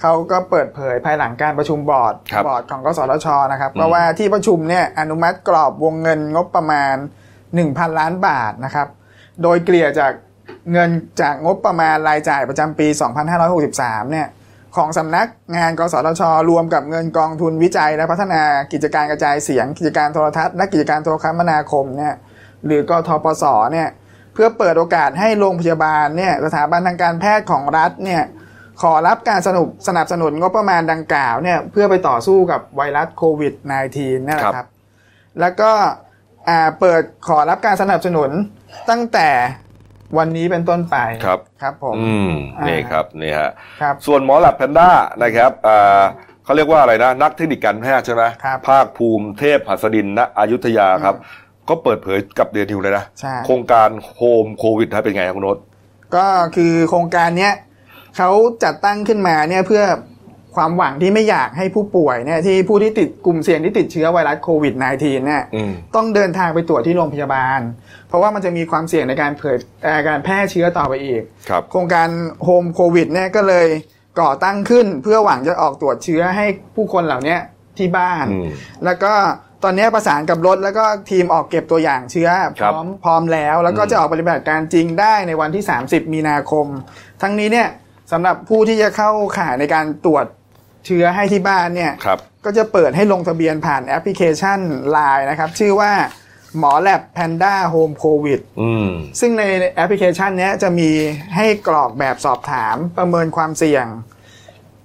เขาก็เปิดเผยภายหลังการประชุมบอร์ด ครับ อร์ดของกสทชนะครับ อืม ก็ว่าที่ประชุมเนี่ยอนุมัติกรอบวงเงินงบประมาณ 1,000 ล้านบาทนะครับ โดยเกลี่ยจากเงินจากงบประมาณรายจ่ายประจำปี 2563เนี่ยของสำนักงานกสทช รวมกับเงินกองทุนวิจัยและพัฒนากิจการกระจายเสียง กิจการโทรทัศน์และกิจการโทรคมนาคมเนี่ยหรือกทปสเนี่ยเพื่อเปิดโอกาสให้โรงพยาบาลเนี่ยสถาบันทางการแพทย์ของรัฐเนี่ยขอรับการสนับสนับสนุนงบประมาณดังกล่าวเนี่ยเพื่อไปต่อสู้กับไวรัสโควิด -19 นั่นแห ครับ ละครับ แล้วก็อ่าเปิดขอรับการสนับสนุนตั้งแต่วันนี้เป็นต้นไป ครับ ครับผม อืม อ่านี่ นี่ครับนี่ฮะ ครับ ส่วนหมอแลบแพนด้านะครับอ่าเขาเรียกว่าอะไรนะ นักเทคนิคการแพทย์ใช่ไหม ครับ ภาคภูมิเทพหัสดินณอยุธยาครับ ก็เปิดเผยกับเดนิวเลยนะ ใช่ โครงการโฮมโควิดฮะเป็นไงครับคุณโน้ต ก็คือโครงการเนี้ยเขาจัดตั้งขึ้นมาเนี่ยเพื่อความหวังที่ไม่อยากให้ผู้ป่วยเนี่ยที่ผู้ที่ติดกลุ่มเสี่ยงที่ติดเชื้อไวรัสโควิด -19 เนี่ย อืม ต้องเดินทางไปตรวจที่โรงพยาบาล เพราะว่ามันจะมีความเสี่ยงในการเผยเอ่อการแพร่เชื้อต่อไปอีก ครับ โครงการโฮมโควิดเนี่ยก็เลยก่อตั้งขึ้นเพื่อหวังจะออกตรวจเชื้อให้ผู้คนเหล่าเนี้ยที่บ้าน อืม แล้วก็ตอนนี้ประสานกับรถแล้วก็ทีมออกเก็บตัวอย่างเชื้อ ค พ รับ ร้อมพร้อมแล้วแล้วก็ อืม จะออกปฏิบัติการจริงได้ในวันที่ 30 มีนาคม ทั้งนี้เนี่ยสำหรับผู้ที่จะเข้าข่ายในการตรวจเชื้อให้ที่บ้านเนี่ย ครับ ก็จะเปิดให้ลงทะเบียนผ่านแอปพลิเคชัน Line นะครับ ชื่อว่า หมอแลบแพนด้าโฮมโควิด อืม ซึ่งในแอปพลิเคชันเนี้ยจะมีให้กรอกแบบสอบถามประเมินความเสี่ยง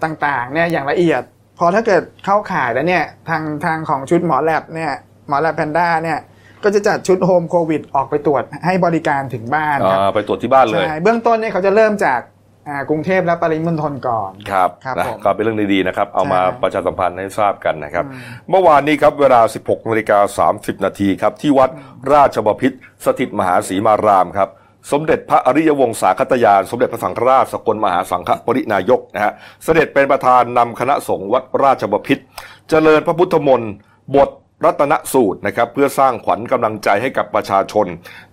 ต่างๆเนี่ยอย่างละเอียด พอถ้าเกิดเข้าข่ายแล้วเนี่ยทางทางของชุดหมอแลบเนี่ยหมอแลบแพนด้าเนี่ยก็จะจัดชุดโฮมโควิดออกไปตรวจให้บริการถึงบ้านครับ อ่า ไปตรวจที่บ้านเลย ใช่เบื้องต้นเนี่ยเขาจะเริ่มจากอ่ากรุงเทพและปริมณฑลก่อน ครับ ครับ นะ ผม ก็เป็นเรื่องดีๆนะครับ เอามา ใช่ ประชาสัมพันธ์ให้ทราบกันนะครับ เมื่อวานนี้ครับเวลา 16นาฬิกา30 นาทีครับ ที่วัดราชบพิตรสถิตมหาศรีมารามครับ สมเด็จพระอริยวงศาคตยาน สมเด็จพระสังฆราชสกลมหาสังฆปรินายกนะฮะเสด็จเป็นประธานนำคณะสงฆ์วัดราชบพิตรเจริญพระพุทธมนต์บท รัตนสูตรนะครับเพื่อสร้างขวัญกำลังใจให้กับประชาชน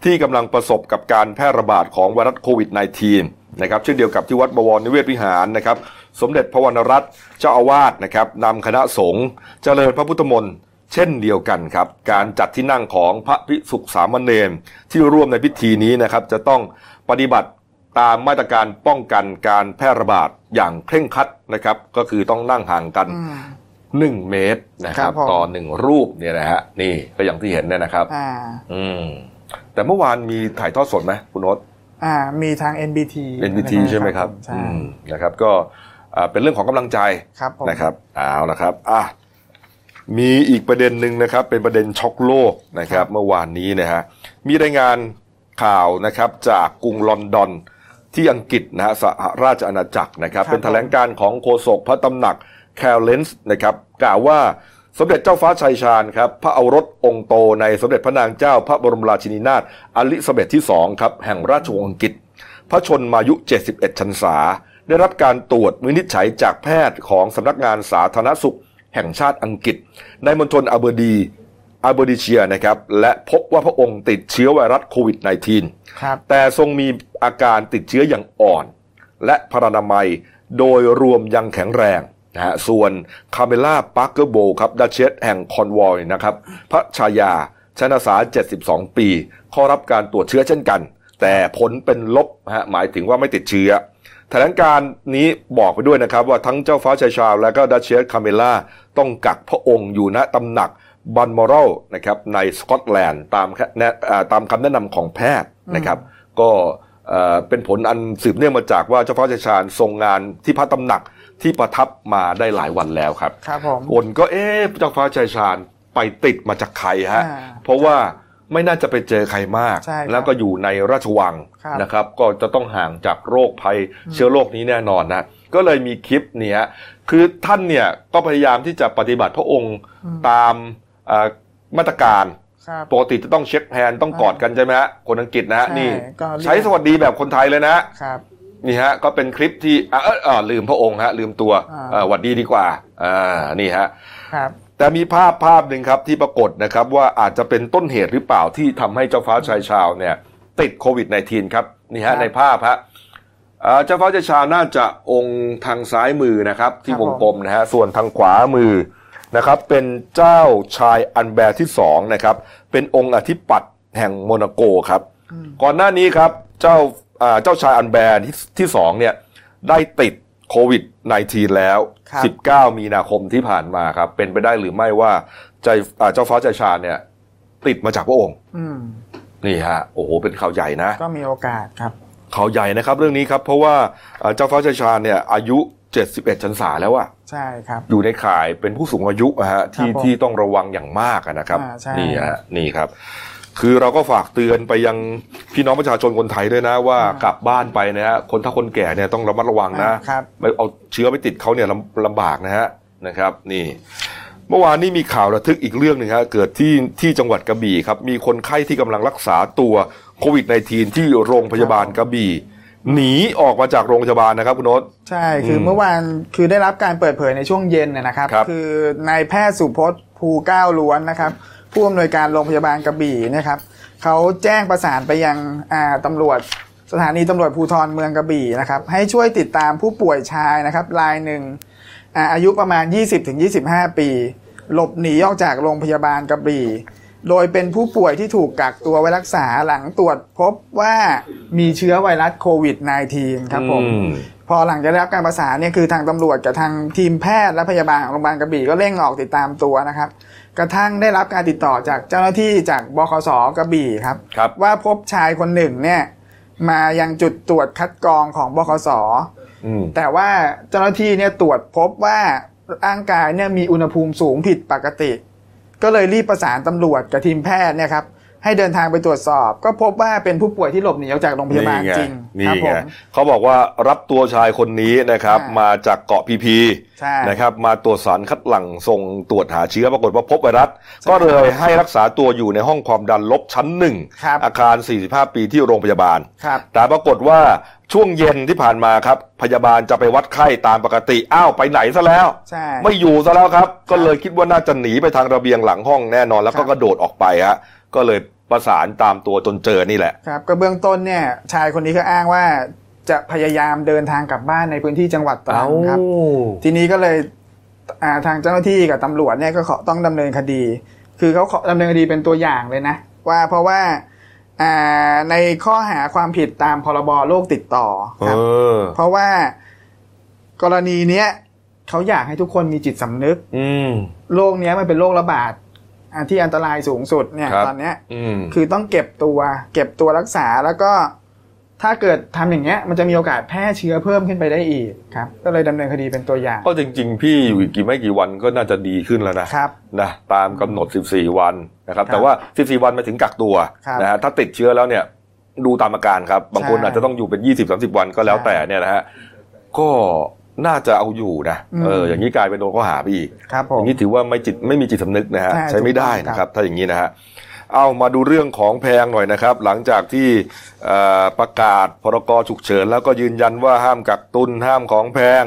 ที่กำลังประสบกับการแพร่ระบาดของไวรัสโควิด -19 นะครับเช่นเดียวกับที่วัดบวรนิเวศวิหารนะครับ สมเด็จพระวรรณรัตน์เจ้าอาวาสนะครับนำคณะสงฆ์เจริญพระพุทธมนต์ เช่นเดียวกันครับ การจัดที่นั่งของพระภิกษุสามเณรที่ร่วมในพิธีนี้นะครับ จะต้องปฏิบัติตามมาตรการป้องกันการแพร่ระบาดอย่างเคร่งครัดนะครับ ก็คือต้องนั่งห่างกัน อืม หนึ่งเมตรนะค ครั รับบ ผม ต่อหนึ่งรูปเนี่ยนะฮะนี่ก็อย่างที่เห็นเนี่ยนะครับ อ่า อืม แต่เมื่อวานมีถ่ายทอดสดไหมคุณโนต อ่ามีทาง NBT NPT ใช่ไหมครับ ใช่ อืมนะครับ ก็อ่าเป็นเรื่องของกำลังใจ ครับผม นะครับเอาละครับอ่ะมีอีกประเด็นหนึ่งนะครับ เป็นประเด็นช็อกโลกนะครับ เมื่อวานนี้นะฮะมีรายงานข่าวนะครับ จากกรุงลอนดอนที่อังกฤษนะฮะสหราชอาณาจักรนะครับ ครับ เป็นแถลง ผม การของโฆษกพระตำหนักแคลเลนส์นะครับ กล่าวว่าสมเด็จเจ้าฟ้าชัยชาญครับ พระเอารถองค์โตในสมเด็จพระนางเจ้าพระบรมราชินีนาถอลิซาเบธที่สองครับ แห่งราชวงศ์อังกฤษ พระชนมายุ 71 ชันษา ได้รับการตรวจวินิจฉัยจากแพทย์ของสำนักงานสาธารณสุข แห่งชาติอังกฤษ ในมณฑลอาเบอร์ดี อาเบอร์ดิเชียนะครับ และพบว่าพระองค์ติดเชื้อไวรัสโควิด -19 ครับ แต่ทรงมีอาการติดเชื้ออย่างอ่อน และพรานามัยโดยรวมยังแข็งแรงนะฮะส่วนคาเมล่าปาร์เกอร์โบครับดัชเชสแห่งคอนวอยนะครับ พระชายาชนสา 72 ปีเข้ารับการตรวจเชื้อเช่นกัน แต่ผลเป็นลบฮะหมายถึงว่าไม่ติดเชื้อ แถลงการนี้บอกไปด้วยนะครับ ว่าทั้งเจ้าฟ้าชายชาวและก็ดัชเชสคาเมล่าต้องกักพระองค์อยู่ณตำหนักบันมอรัลนะครับในสกอตแลนด์ตามแค่แนะอ่าตามคำแนะนำของแพทย์นะครับ ก็เอ่อเป็นผลอันสืบเนื่องมาจากว่าเจ้าฟ้าชายชาญทรงงานที่พระตำหนักที่ประทับมาได้หลายวันแล้วครับ ครับผม คนก็เอ๊ะเจ้าฟ้าชายชาญไปติดมาจากใครฮะ อ่า เพราะว่าไม่น่าจะไปเจอใครมาก ใช่ครับ แล้วก็อยู่ในราชวัง ครับ นะครับ ก็จะต้องห่างจากโรคภัยเชื้อโรคนี้แน่นอนนะ ก็เลยมีคลิปเนี้ยคือท่านเนี่ยก็พยายามที่จะปฏิบัติพระองค์ อืม ตามเอ่อมาตรการ ครับ ปกติจะต้องเช็คแฮนด์ต้องกอดกันใช่ไหมฮะคนอังกฤษนะฮะ ใช่ นี่ ก็เรียก ใช้สวัสดีแบบคนไทยเลยนะฮะ ครับ นี่ฮะก็เป็นคลิปที่อ่ะเออเออลืมพระองค์ฮะลืมตัว อ่า เอ่อหวัดดีดีกว่าอ่านี่ฮะ ครับ แต่มีภาพภาพหนึ่งครับที่ปรากฏนะครับว่าอาจจะเป็นต้นเหตุหรือเปล่าที่ทำให้เจ้าฟ้าชายชาวเนี่ยติดโควิด -19 ครับนี่ ครั ฮะ บ ในภาพฮะเอ่อเจ้าฟ้าชายชาวน่าจะองค์ทางซ้ายมือนะครับ ที่ ครับ ว ผม งกลมนะฮะส่วนทางขวามือนะครับ เป็นเจ้าชายอันแบร์ที่สองนะครับเป็นองค์อธิปัตย์แห่งโมนาโกครับ ก่อนหน้านี้ครับเจ้าอ่าเจ้าชายอันแบร์ที่ที่สองเนี่ยได้ติดโควิด -19 แล้ว ครับ 19 มีนาคมที่ผ่านมาครับ เป็นไปได้หรือไม่ว่าใจอ่าเจ้าฟ้าใจชาญเนี่ย ติดมาจากพระองค์ อืม นี่ฮะโอ้โหเป็นข่าวใหญ่นะ ก็มีโอกาสครับ ข่าวใหญ่นะครับ เรื่องนี้ครับ เพราะว่าอ่าเจ้าฟ้าใจชาญเนี่ยอายุ 71ชันษาแล้วอะ ใช่ครับ อยู่ในข่ายเป็นผู้สูงอายุอะฮะที่ ครับผม ที่ต้องระวังอย่างมากอะนะครับ อ่าใช่ นี่ฮะนี่ครับ คือเราก็ฝากเตือนไปยังพี่น้องประชาชนคนไทยด้วยนะ ว่ากลับบ้านไปนะฮะคนถ้าคนแก่เนี่ยต้องระมัดระวังนะ ครับ ไม่เอาเชื้อไปติดเขาเนี่ยลำลำบากนะฮะนะครับ นี่ เมื่อวานนี้มีข่าวระทึกอีกเรื่องหนึ่งฮะเกิดที่ที่จังหวัดกระบี่ครับ มีคนไข้ที่กำลังรักษาตัวโควิด -19 ที่โรงพยาบาลกระบี่ หนีออกมาจากโรงพยาบาลนะครับคุณโนต ใช่ คืออ ม เมื่อวาน คือได้รับการเปิดเผยในช่วงเย็นนะนะครับ ครับ คือนายแพทย์สุพจน์ภูเก้าล้วนนะครับ ผู้อำนวยการโรงพยาบาลกระบี่นะครับ เขาแจ้งประสานไปยังอ่าตำรวจสถานีตำรวจภูธรเมืองกระบี่นะครับ ให้ช่วยติดตามผู้ป่วยชายนะครับรายหนึ่งอ่าอายุประมาณ 20-25 ปี หลบหนีออกจากโรงพยาบาลกระบี่ โดยเป็นผู้ป่วยที่ถูกกักตัวไว้รักษาหลังตรวจพบว่ามีเชื้อไวรัสโควิด -19 ครับผม อืม พอหลังจากได้รับการประสานเนี่ยคือทางตำรวจกับทางทีมแพทย์และพยาบาลของโรงพยาบาลกระบี่ก็เร่งออกติดตามตัวนะครับ กระทั่งได้รับการติดต่อจากเจ้าหน้าที่จากบคสกระบี่ครับ ครับ ว่าพบชายคนหนึ่งเนี่ยมายังจุดตรวจคัดกรองของบคส อืม แต่ว่าเจ้าหน้าที่เนี่ยตรวจพบว่าร่างกายเนี่ยมีอุณหภูมิสูงผิดปกติ ก็เลยรีบประสานตำรวจกับทีมแพทย์เนี่ยครับให้เดินทางไปตรวจสอบ ก็พบว่าเป็นผู้ป่วยที่หลบหนีออกจากโรงพยาบาลจริง นี่ ครับผ ไง ม เขาบอกว่ารับตัวชายคนนี้นะครับ อ่าม มาจากเกาะพีพี ใช่ นะครับมาตรวจสารคัดหลั่งส่งตรวจหาเชื้อปรากฏว่าพบไวรัส ก็เลยให้รักษาตัวอยู่ในห้องความดันลบชั้นหนึ่ง ครับ อาคาร 45 ปีที่โรงพยาบาล ครับ แต่ปรากฏว่าช่วงเย็นที่ผ่านมาครับ พยาบาลจะไปวัดไข้ตามปกติ อ้าว ไปไหนซะแล้ว ใช่ ไม่อยู่ซะแล้วครับ ก็เลยคิดว่าน่าจะหนีไปทางระเบียงหลังห้องแน่นอน แล้ว ค ก็ รับ กระโดดออกไปฮะก็เลยประสานตามตัวจนเจอนี่แหละ ครับก็เบื้องต้นเนี่ยชายคนนี้ก็อ้างว่าจะพยายามเดินทางกลับบ้านในพื้นที่จังหวัดตรังครับ ทีนี้ก็เลยอ่าทางเจ้าหน้าที่กับตำรวจเนี่ยก็ขอต้องดำเนินคดี คือเขาขอดำเนินคดีเป็นตัวอย่างเลยนะ ว่าเพราะว่าอ่าในข้อหาความผิดตามพรบโรคติดต่อ เอ ครับ อ เพราะว่ากรณีเนี้ยเขาอยากให้ทุกคนมีจิตสำนึก อืม โรคเนี้ยมันเป็นโรคระบาดอ่าที่อันตรายสูงสุดเนี่ย ครับ ตอนเนี้ย อืม คือต้องเก็บตัว เก็บตัวรักษาแล้วก็ถ้าเกิดทำอย่างเงี้ย มันจะมีโอกาสแพร่เชื้อเพิ่มขึ้นไปได้อีกครับ ก็เลยดำเนินคดีเป็นตัวอย่าง ก็จริง ๆ พี่อยู่อีกกี่ไม่กี่วันก็น่าจะดีขึ้นแล้วนะ ครับ นะตามกำหนด 14 วันนะครับ ครับ แต่ว่า 14 วันมาถึงกักตัว ครับ นะฮะถ้าติดเชื้อแล้วเนี่ยดูตามอาการครับ บางคน ใช่ อาจจะต้องอยู่เป็น 20 30 วันก็แล้วแต่เนี่ยนะฮะก็น่าจะเอาอยู่นะ อืม เอออย่างนี้กลายเป็นโดนข้อหาไปอีก ครับผ อ ม ย่างนี้ถือว่าไม่จิตไม่มีจิตสำนึกนะฮะ ใช่ ใช้ไม่ได้ ถูกต้อง นะค ครั รับ บ ถ้าอย่างนี้นะฮะเอามาดูเรื่องของแพงหน่อยนะครับ หลังจากที่เอ่อประกาศพรกฉุกเฉิน แล้วก็ยืนยันว่าห้ามกักตุนห้ามของแพง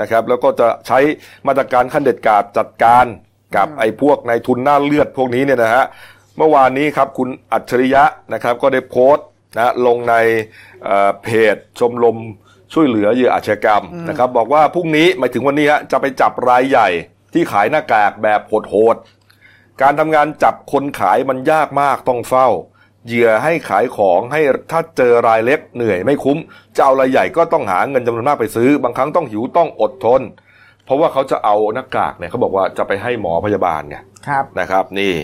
นะครับ แล้วก็จะใช้มาตรการขั้นเด็ดขาดจัดการกับไอ้พวกในายทุนหน้าเลือดพวกนี้เนี่ยนะฮะเมื่อวานนี้ครับคุณอัจฉริยะนะครับก็ได้โพสต์นะลงในเอ่อเพจชมรมช่วยเหลือเหยื่ออาชญากรรมนะครับ บอกว่าพรุ่งนี้หมายถึงวันนี้ฮะจะไปจับรายใหญ่ ที่ขายหน้ากากแบบโหดๆ การทำงานจับคนขายมันยากมากต้องเฝ้า เหยื่อให้ขายของให้ถ้าเจอรายเล็กเหนื่อยไม่คุ้มจะเอารายใหญ่ก็ต้องหาเงินจำนวนมากไปซื้อ บางครั้งต้องหิวต้องอดทน เพราะว่าเขาจะเอาหน้ากากเนี่ยเขาบอกว่าจะไปให้หมอพยาบาลเนี่ย ครับ นะครับ นี่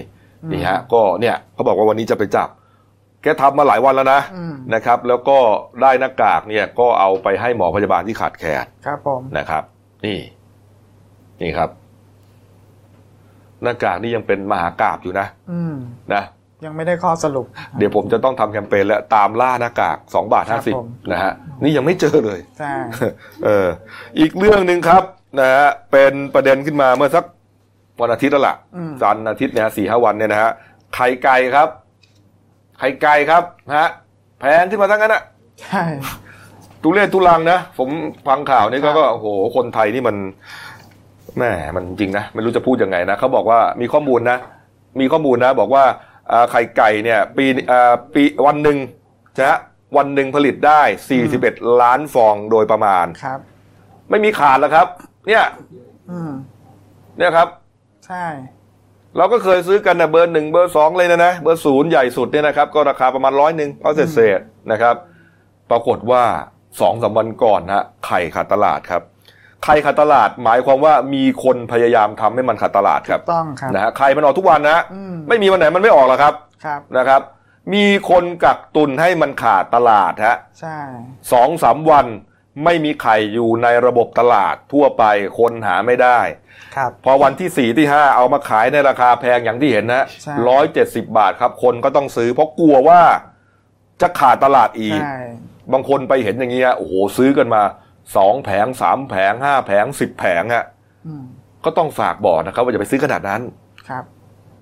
อืม นี่ฮะก็เนี่ยเขาบอกว่าวันนี้จะไปจับ แกทำมาหลายวันแล้วนะ อืม นะครับ แล้วก็ได้หน้ากากเนี่ยก็เอาไปให้หมอพยาบาลที่ขาดแคลน ครับผม นะครับ นี่ นี่ครับ หน้ากากนี่ยังเป็นมหากราบอยู่นะ อืม นะ ยังไม่ได้ข้อสรุป เดี๋ยวผมจะต้องทำแคมเปญแล้วตามล่าหน้ากาก2บาท ครับผม 50นะฮะนี่ยังไม่เจอเลย ใช่ เออ อีกเรื่องหนึ่งครับนะฮะเป็นประเด็นขึ้นมาเมื่อสักวันอาทิตย์แล้วล่ะ อืม จันทร์อาทิตย์เนี่ยสี่ห้าวันเนี่ยนะฮะไข่ไก่ครับ ไข่ไก่ครับนะฮะแพงขึ้นมาทั้งนั้นอะ ใช่ ทุเรศทุลังนะผมฟังข่าวนี่ก็ก็โอ้โหคนไทยนี่มันแหมมันจริงนะไม่รู้จะพูดยังไงนะเขาบอกว่ามีข้อมูลนะ มีข้อมูลนะ บอกว่าอ่าไข่ไก่เนี่ย ปีอ่าปีวันหนึ่งนะฮะวันหนึ่งผลิตได้ 41 ล้านฟองโดยประมาณ ครับ ไม่มีขาดแล้วครับ เนี่ย อืม เนี่ยครับ ใช่ เราก็เคยซื้อกันนะเบอร์หนึ่งเบอร์สองเลยนะนะเบอร์ศูนย์ใหญ่สุดเนี่ยนะครับ ก็ราคาประมาณร้อยหนึ่งก็เศษเศษๆนะครับ ปรากฏว่าสองสามวันก่อนฮะไข่ขาดตลาดครับ ไข่ขาดตลาดหมายความว่ามีคนพยายามทำให้มันขาดตลาดครับ ต้องครับ นะฮะไข่มันออกทุกวันนะ อืม ไม่มีวันไหนมันไม่ออกหรอกครับ ครับ นะครับ มีคนกักตุนให้มันขาดตลาดฮะ ใช่ สองสามวันไม่มีไข่อยู่ในระบบตลาดทั่วไปคนหาไม่ได้ ครับ พอวันที่สี่ที่ห้าเอามาขายในราคาแพงอย่างที่เห็นนะ ใช่ ร้อยเจ็ดสิบาทครับ คนก็ต้องซื้อเพราะกลัวว่าจะขาดตลาดอีก ใช่ บางคนไปเห็นอย่างเงี้ยโอ้โหซื้อกันมาสองแผงสามแผงห้าแผงสิบแผงฮะ อืม ก็ต้องฝากบอกนะครับว่าอย่าไปซื้อขนาดนั้น ครับ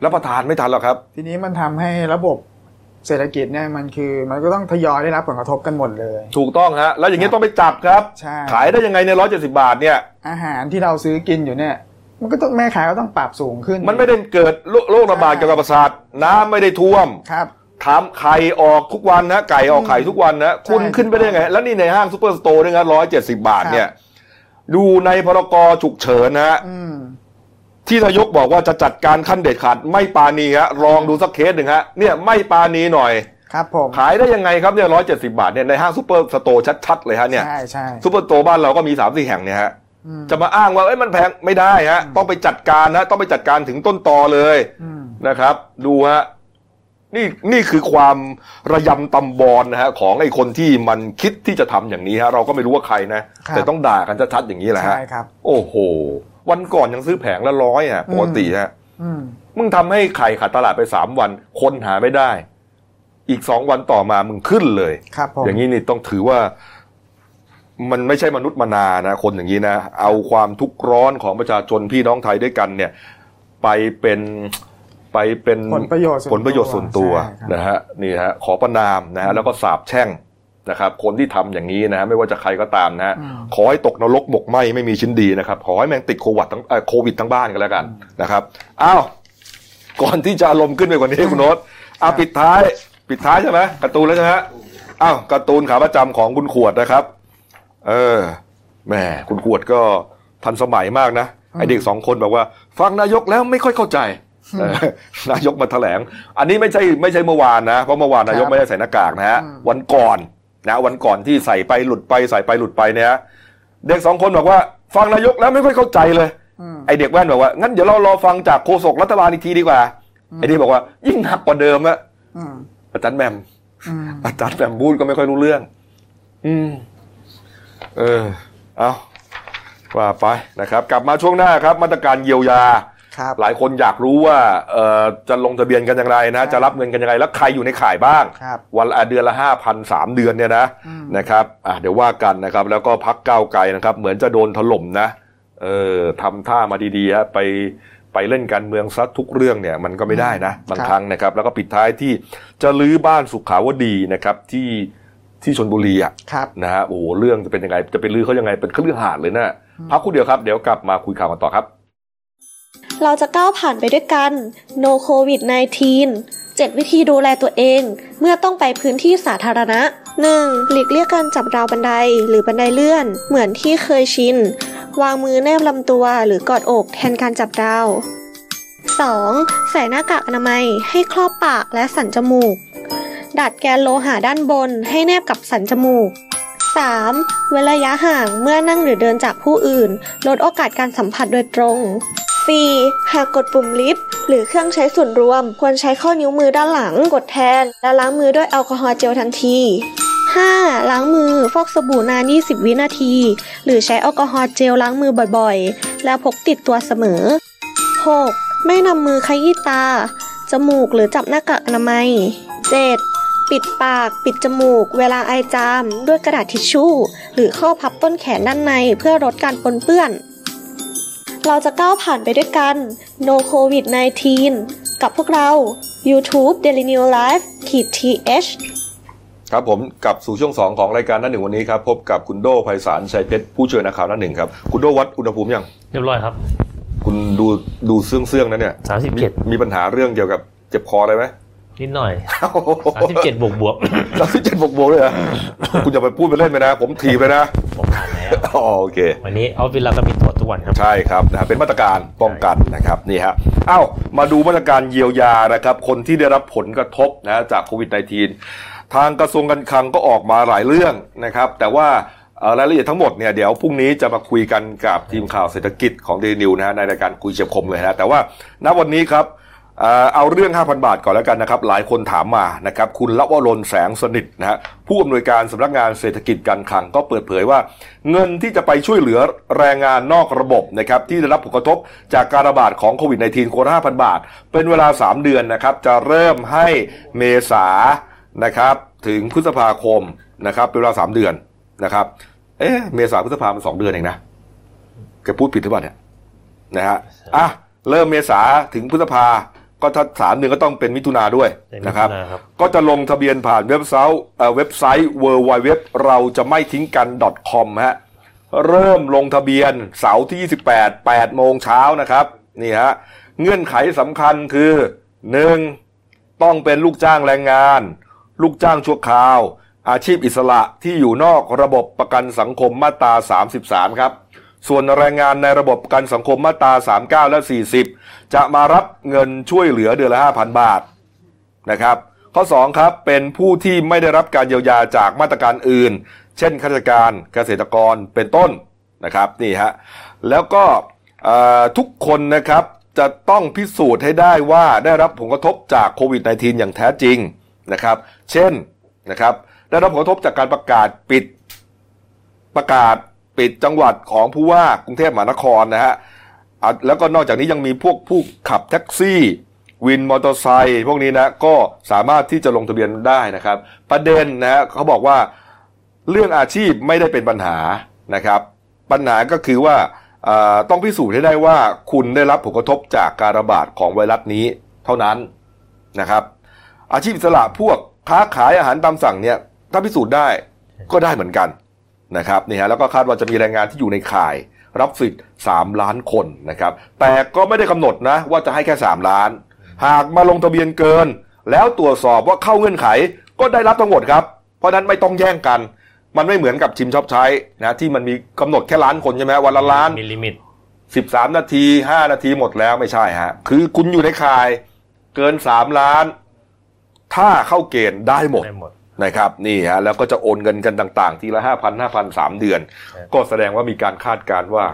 รับประทานไม่ทันหรอกครับ ทีนี้มันทำให้ระบบเศรษฐกิจเนี่ยมันคือมันก็ต้องทยอยได้รับผลกระทบกันหมดเลย ถูกต้องฮะแล้วอย่างเงี้ยต้องไปจับครับ ใช่ ขายได้ยังไงในร้อยเจ็ดสิบาทเนี่ย อาหารที่เราซื้อกินอยู่เนี่ย มันก็ต้องแม่ค้าก็ต้องปรับสูงขึ้น มันไม่ได้เกิดโรโรคระบาดเกี่ยวกับประสาทน้ำไม่ได้ท่วม ครับ ถามไข่ออกทุกวันนะไก่ออกไข่ทุกวันนะคุณขึ้นไปได้ไง แล้วนี่ในห้างซูเปอร์สโตร์ด้วยนะร้อยเจ็ดสิบาทเนี่ยดูในพรกฉุกเฉินนะฮะ อืม ที่นายกบอกว่าจะจัดการขั้นเด็ดขาดไม่ปานีฮะลองดูสักเคสหนึ่งฮะเนี่ยไม่ปานีหน่อย ครับผม ขายได้ยังไงครับเนี่ยร้อยเจ็ดสิบาทเนี่ยในห้างซูเปอร์สโตร์ชัดๆเลยฮะเนี่ย ใช่ใช่ ซูเปอร์สโตร์บ้านเราก็มีสามสี่แห่งเนี่ยฮะ จะมาอ้างว่าเอ้ยมันแพงไม่ได้ฮะต้องไปจัดการนะต้องไปจัดการถึงต้นตอเลย อืม นะครับ ดูฮะนี่นี่คือความระยำตำบอลนะฮะของไอ้คนที่มันคิดที่จะทำอย่างนี้ฮะเราก็ไม่รู้ว่าใครนะ ครับ แต่ต้องด่ากันชัดๆอย่างนี้แหละฮะ ใช่ครับ โอ้โห วันก่อนยังซื้อแผงละร้อยอ่ะปกติฮะ อืม มึงทำให้ไข่ขาดตลาดไปสามวัน คนหาไม่ได้ อีกสองวันต่อมามึงขึ้นเลย ครับผม อย่างนี้นี่ต้องถือว่า มันไม่ใช่มนุษย์มนานะ คนอย่างนี้นะ เอาความทุกข์ร้อนของประชาชนพี่น้องไทยด้วยกัน เนี่ย ไปเป็นไปเป็น ผลประโยชน์ส่วนตัว ผลประโยชน์ส่วนตัว ใช่ครับ นะฮะนี่ฮะขอประนามนะฮะแล้วก็สาบแช่งนะครับ คนที่ทำอย่างนี้นะฮะไม่ว่าจะใครก็ตามนะฮะขอให้ตกนรกหมกไหมไม่มีชิ้นดีนะครับ ขอให้แม่งติดโควิดทั้งเอ่อโควิดทั้งบ้านกันแล้วกันนะครับอ้าว ก่อนที่จะอารมณ์ขึ้นไปกว่านี้ คุณโน้ตอ่ะปิดท้าย ปิดท้ายใช่ไหมการ์ตูนแล้วใช่ไหมฮะอ้าวการ์ตูนขาประจำของคุณขวดนะครับ เออแหมคุณขวดก็ทันสมัยมากนะไอเด็กสองคนบอกว่า ฟังนายกแล้วไม่ค่อยเข้าใจเอ อนายกมาแถลง อันนี้ไม่ใช่ไม่ใช่เมื่อวานนะเพราะเมื่อวานนายกไม่ได้ใส่หน้ากากนะฮะวันก่อนนะวันก่อนที่ใส่ไปหลุดไปใส่ไปหลุดไปเนี่ยฮะเด็กสองคนบอกว่า ฟังนายกแล้วไม่ค่อยเข้าใจเลย อืม ไอเด็กแว่นบอกว่า งั้นเดี๋ยวเรารอฟังจากโฆษกรัฐบาลอีกทีดีกว่า ไอนี่บอกว่า ยิ่งหนักกว่าเดิมอะ อืม อาจารย์แหมม อืม อาจารย์แหมมพูดก็ไม่ค่อยรู้เรื่อง อืม เออ เอาว่าไปนะครับ กลับมาช่วงหน้าครับ มาตรการเยียวยา ครับ หลายคนอยากรู้ว่าเอ่อจะลงทะเบียนกันอย่างไรนะ จะรับเงินกันอย่างไร แล้วใครอยู่ในข่ายบ้าง ครับ วันละเดือนละห้าพันสามเดือนเนี่ยนะนะครับอ่ะเดี๋ยวว่ากันนะครับ แล้วก็พักก้าวไกลนะครับ เหมือนจะโดนถล่มนะเออทำท่ามาดีๆฮะไปไปเล่นการเมืองซะทุกเรื่องเนี่ยมันก็ไม่ได้นะ บาง ครับ ครั้งนะครับ แล้วก็ปิดท้ายที่จะลื้อบ้านสุขาวดีนะครับที่ที่ชนบุรีอ่ะ ครับ นะฮะโอ้โหเรื่องจะเป็นยังไง จะไปลื้อเขายังไงเป็นเครื่องหาดเลยนะ พักครู่เดียวครับ เดี๋ยวกลับมาคุยข่าวกันต่อครับ เราจะก้าวผ่านไปด้วยกัน No COVID 19 7 วิธีดูแลตัวเอง เมื่อต้องไปพื้นที่สาธารณะ 1. หลีกเลี่ยงการจับราวบันไดหรือบันไดเลื่อน เหมือนที่เคยชิน วางมือแนบลำตัวหรือกอดอกแทนการจับราว 2. ใส่หน้ากากอนามัยให้ครอบปากและสันจมูก ดัดแกนโลหะด้านบนให้แนบกับสันจมูก 3. เว้นระยะห่างเมื่อนั่งหรือเดินจากผู้อื่น ลดโอกาสการสัมผัสโดยตรง 4. หากกดปุ่มลิฟต์หรือเครื่องใช้ส่วนรวม ควรใช้ข้อนิ้วมือด้านหลังกดแทน และล้างมือด้วยแอลกอฮอล์เจลทันที 5. ล้างมือฟอกสบู่นาน 20 วินาที หรือใช้แอลกอฮอล์เจลล้างมือบ่อยๆ แล้วพกติดตัวเสมอ 6. ไม่นำมือขยี้ตา จมูกหรือจับหน้ากากอนามัย 7. ปิดปาก ปิดจมูก เวลาไอจาม ด้วยกระดาษทิชชู่ หรือข้อพับต้นแขนด้านในเพื่อลดการปนเปื้อน เราจะก้าวผ่านไปด้วยกัน No COVID 19 กับพวกเรา YouTube Daily New Life ขีด th ครับผมกลับสู่ช่วง 2 ของรายการหน้าหนึ่งวันนี้ครับ พบกับคุณโดไพศาลชัยเพชรผู้ช่วยนักข่าวหน้าหนึ่งครับ คุณโดวัดอุณหภูมิยัง เรียบร้อยครับ คุณดูดูเสื่องเื่องๆนะเนี่ย สามสิบ มี เจ็ด มีปัญหาเรื่องเกี่ยวกับเจ็บคออะไรไหม นิดหน่อยสามสิบเจ็ดบวกบวก สามสิบเจ็ดบวกบวกๆ เลยเหรอคุณอย่าไปพูดไปเล่นไปนะ ผมถีบไปนะ ผมผ่านแล้ว อ๋อ โอเค วันนี้ออฟฟิศเราก็มีตรวจทุกวันครับ ใช่ครับนะฮะเป็นมาตรการป้องกันนะครับนี่ฮะเอ้ามาดูมาตรการเยียวยานะครับ คนที่ได้รับผลกระทบนะจากโควิด -19 ทางกระทรวงการคลังก็ออกมาหลายเรื่องนะครับ แต่ว่าเอ่อรายละเอียดทั้งหมดเนี่ยเดี๋ยวพรุ่งนี้จะมาคุยกันกับทีมข่าวเศรษฐกิจของเดนิวนะฮะในรายการคุยเฉียบคมเลยนะแต่ว่าณวันนี้ครับ เอ่อเอาเรื่อง 5,000 บาทก่อนแล้วกันนะครับ หลายคนถามมานะครับ คุณละวรนแสงสนิทนะฮะผู้อำนวยการสำนักงานเศรษฐกิจการคลังก็เปิดเผยว่า เงินที่จะไปช่วยเหลือแรงงานนอกระบบนะครับ ที่ได้รับผลกระทบจากการระบาดของโควิด -19 คนละ5,000 บาท เป็นเวลา 3 เดือนนะครับ จะเริ่มให้เมษานะครับ ถึงพฤษภาคมนะครับ เป็นเวลา 3 เดือนนะครับ เอ๊ะเมษาพฤษภามันสองเดือนเองนะแกพูดผิดหรือเปล่าเนี่ยนะฮะอ่ะเริ่มเมษาถึงพฤษภาก็ถ้าสามเดือนก็ต้องเป็นมิถุนาด้วย เป็นมิ นะ ถุ ครับ นาครับ ก็จะลงทะเบียนผ่านเว็บไซต์เอ่อเว็บไซต์ w w w เราจะไม่ทิ้งกัน .com ฮะเริ่มลงทะเบียนเสาร์ที่ 28 8โมงเช้านะครับนี่ฮะเงื่อนไขสำคัญคือ 1. ต้องเป็นลูกจ้างแรงงาน ลูกจ้างชั่วคราว อาชีพอิสระที่อยู่นอกระบบประกันสังคมมาตรา 33 ครับ ส่วนแรงงานในระบบประกันสังคมมาตรา 39 และ 40 จะมารับเงินช่วยเหลือเดือนละ 5,000 บาท นะครับข้อ 2 ครับเป็นผู้ที่ไม่ได้รับการเยียวยาจากมาตรการอื่น เช่นข้าราชการเกษตรกรเป็นต้น นะครับนี่ฮะแล้วก็เอ่อทุกคนนะครับจะต้องพิสูจน์ให้ได้ว่าได้รับผลกระทบจากโควิด -19 อย่างแท้จริงนะครับ เช่นนะครับได้รับผลกระทบจากการประกาศปิด ประกาศปิดจังหวัดของผู้ว่ากรุงเทพมหานครนะฮะอ่ะแล้วก็นอกจากนี้ยังมีพวกผู้ขับแท็กซี่ วินมอเตอร์ไซค์พวกนี้นะก็สามารถที่จะลงทะเบียนได้นะครับ ประเด็นนะฮะเขาบอกว่าเรื่องอาชีพไม่ได้เป็นปัญหานะครับ ปัญหาก็คือว่าอ่าต้องพิสูจน์ให้ได้ว่าคุณได้รับผลกระทบจากการระบาดของไวรัสนี้เท่านั้นนะครับ อาชีพอิสระพวกค้าขายอาหารตามสั่งเนี่ยถ้าพิสูจน์ได้ก็ได้เหมือนกัน นะครับนี่ฮะแล้วก็คาดว่าจะมีแรงงานที่อยู่ในข่ายรับสิทธิ์ 3 ล้านคนนะครับ แต่ก็ไม่ได้กำหนดนะว่าจะให้แค่ 3 ล้าน หากมาลงทะเบียนเกิน แล้วตรวจสอบว่าเข้าเงื่อนไขก็ได้รับทั้งหมดครับ เพราะฉะนั้นไม่ต้องแย่งกัน มันไม่เหมือนกับชิมช็อปใช้นะที่มันมีกำหนดแค่ล้านคนใช่ไหมวันละล้าน มีลิมิต 13 นาที 5 นาทีหมดแล้วไม่ใช่ฮะคือคุณอยู่ในข่ายเกิน 3 ล้าน ถ้าเข้าเกณฑ์ได้หมด ได้หมด นะครับนี่ฮะแล้วก็จะโอนเงินกันต่างๆ ทีละ 5,000 5,000 3 เดือน ครับ ก็แสดงว่ามีการคาดการณ์ว่า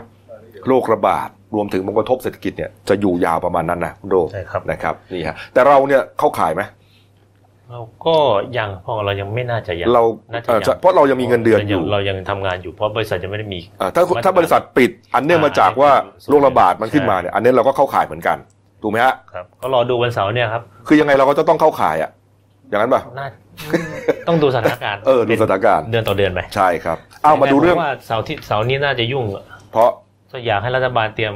โรคระบาดรวมถึงผลกระทบเศรษฐกิจเนี่ยจะอยู่ยาวประมาณนั้นนะคุณโด ใช่ครับ นะครับนี่ฮะแต่เราเนี่ยเข้าขายไหม เราก็ยังพอเรายังไม่น่าจะยัง เรา น่าจะ เอ่อ ยัง เพราะเรายังมีเงินเดือนอยู่ เรายังทำงานอยู่เพราะบริษัทยังไม่ได้มี เอ่อถ้าถ้าบริษัทปิดอันเนื่องมาจากว่าโรคระบาดมันขึ้นมาเนี่ยอันนี้เราก็เข้าขายเหมือนกันถูกไหมฮะ ครับ ก็รอดูวันเสาร์เนี่ยครับ คือยังไงเราก็จะต้องเข้าขายอ่ะอย่างนั้นป่ะ น่าต้องดูสถานการณ์ เออดูสถานการณ์ เดือนต่อเดือนไป ใช่ครับเอามาดูเรื่อง ว่าเสาร์ที่เสาร์นี้น่าจะยุ่งอะ เพราะ ก็อยากให้รัฐบาลเตรียม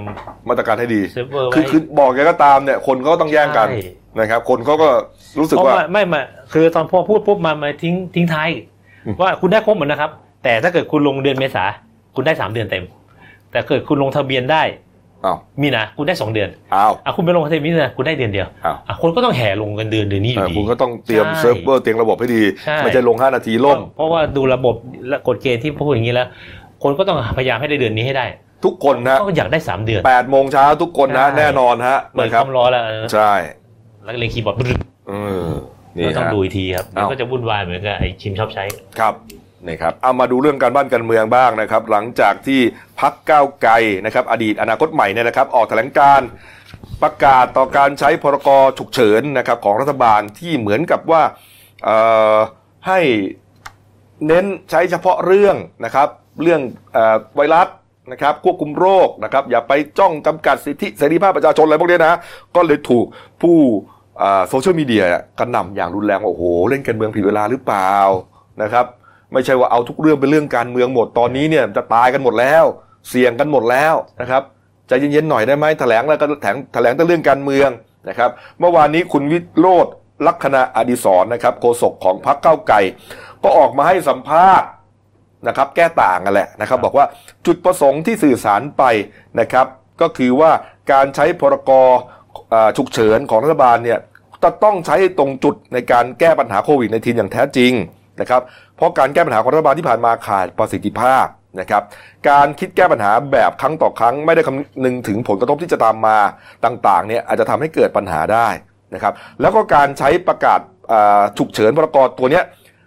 มาตรการให้ดี เซิร์ฟเวอร์ไว้ คือคือบอกไงก็ตามเนี่ยคนก็ต้องแย่งกัน ใช่ นะครับ คนเขาก็รู้สึก เพราะ ว่า ว่าไม่ไม่คือตอนพอพูดปุ๊บมามาทิ้งทิ้งท้ายว่าคุณได้ครบหมดนะครับ แต่ถ้าเกิดคุณลงเดือนเมษาคุณได้สามเดือนเต็ม แต่เกิดคุณลงทะเบียนได้ อ้าว มีนาคุณได้สองเดือน อ้าว อ่ะคุณไปลงทะเบียนมีนาคุณได้เดือนเดียว อ้าว อ่ะคนก็ต้องแห่ลงกันเดือนเดือนนี้อ เอ่อยู่ ดี คุณก็ต้องเตรียม ใช่ เซิร์ฟเวอร์เตรียมระบบให้ดี ใช่ ไม่ใช่ลง 5 นาทีล่ม เพราะว่าดูระบบและกฎเกณฑ์ที่พูดอย่างนี้แล้ว คนก็ต้องพยายามให้ได้เดือนนี้ให้ได้ ทุกคนนะ ก็อยากได้สามเดือน 8โมงเช้าทุกคนนะ ใช่ แน่นอนฮะ เหมือน นะครับ คำร้อนแล้วเออ ใช่ แล้วก็เลยคีย์บอร์ดบึ้ด เออนี่ ก็ต้อง ฮะ ดูอีกทีครับ เอ้า แล้วก็จะวุ่นวายเหมือนกับไอ้ชิมชอบใช้ ครับนี่ครับเอามาดูเรื่องการบ้านการเมืองบ้างนะครับ หลังจากที่พักก้าวไกลนะครับ อดีตอนาคตใหม่เนี่ยนะครับ ออกแถลงการณ์ประกาศต่อการใช้พรกฉุกเฉินนะครับของรัฐบาลที่เหมือนกับว่าเอ่อให้เน้นใช้เฉพาะเรื่องนะครับ เรื่องเอ่อไวรัสนะครับควบคุมโรคนะครับ อย่าไปจ้องจำกัดสิทธิเสรีภาพประชาชนอะไรพวกเนี้ยนะ ก็เลยถูกผู้โซเชียลมีเดียกระหน่ำอย่างรุนแรงว่าโอ้โห เล่นการเมืองผิดเวลาหรือเปล่านะครับ ไม่ใช่ว่าเอาทุกเรื่องเป็นเรื่องการเมืองหมดตอนนี้เนี่ยจะตายกันหมดแล้ว เสี่ยงกันหมดแล้วนะครับใจเย็นๆหน่อยได้ไหมแถลงแล้วก็แถลงแถลงแต่เรื่องการเมืองนะครับ เมื่อวานนี้คุณวิโรธลักษณะอดิศรนะครับโฆษกของพรรคก้าวไกลก็ออกมาให้สัมภาษณ์นะครับ แก้ต่างกันแหละนะครับ บอกว่าจุดประสงค์ที่สื่อสารไปนะครับ ก็คือว่าการใช้พรกเอ่อฉุกเฉินของรัฐบาลเนี่ย จะต้องใช้ตรงจุดในการแก้ปัญหาโควิดในทีอย่างแท้จริงนะครับ เพราะการแก้ปัญหาของรัฐบาลที่ผ่านมาขาดประสิทธิภาพนะครับ การคิดแก้ปัญหาแบบครั้งต่อครั้ง ไม่ได้คำนึงถึงผลกระทบที่จะตามมาต่างๆเนี่ยอาจจะทำให้เกิดปัญหาได้นะครับ แล้วก็การใช้ประกาศอ่าฉุกเฉินพรกตัวเนี้ย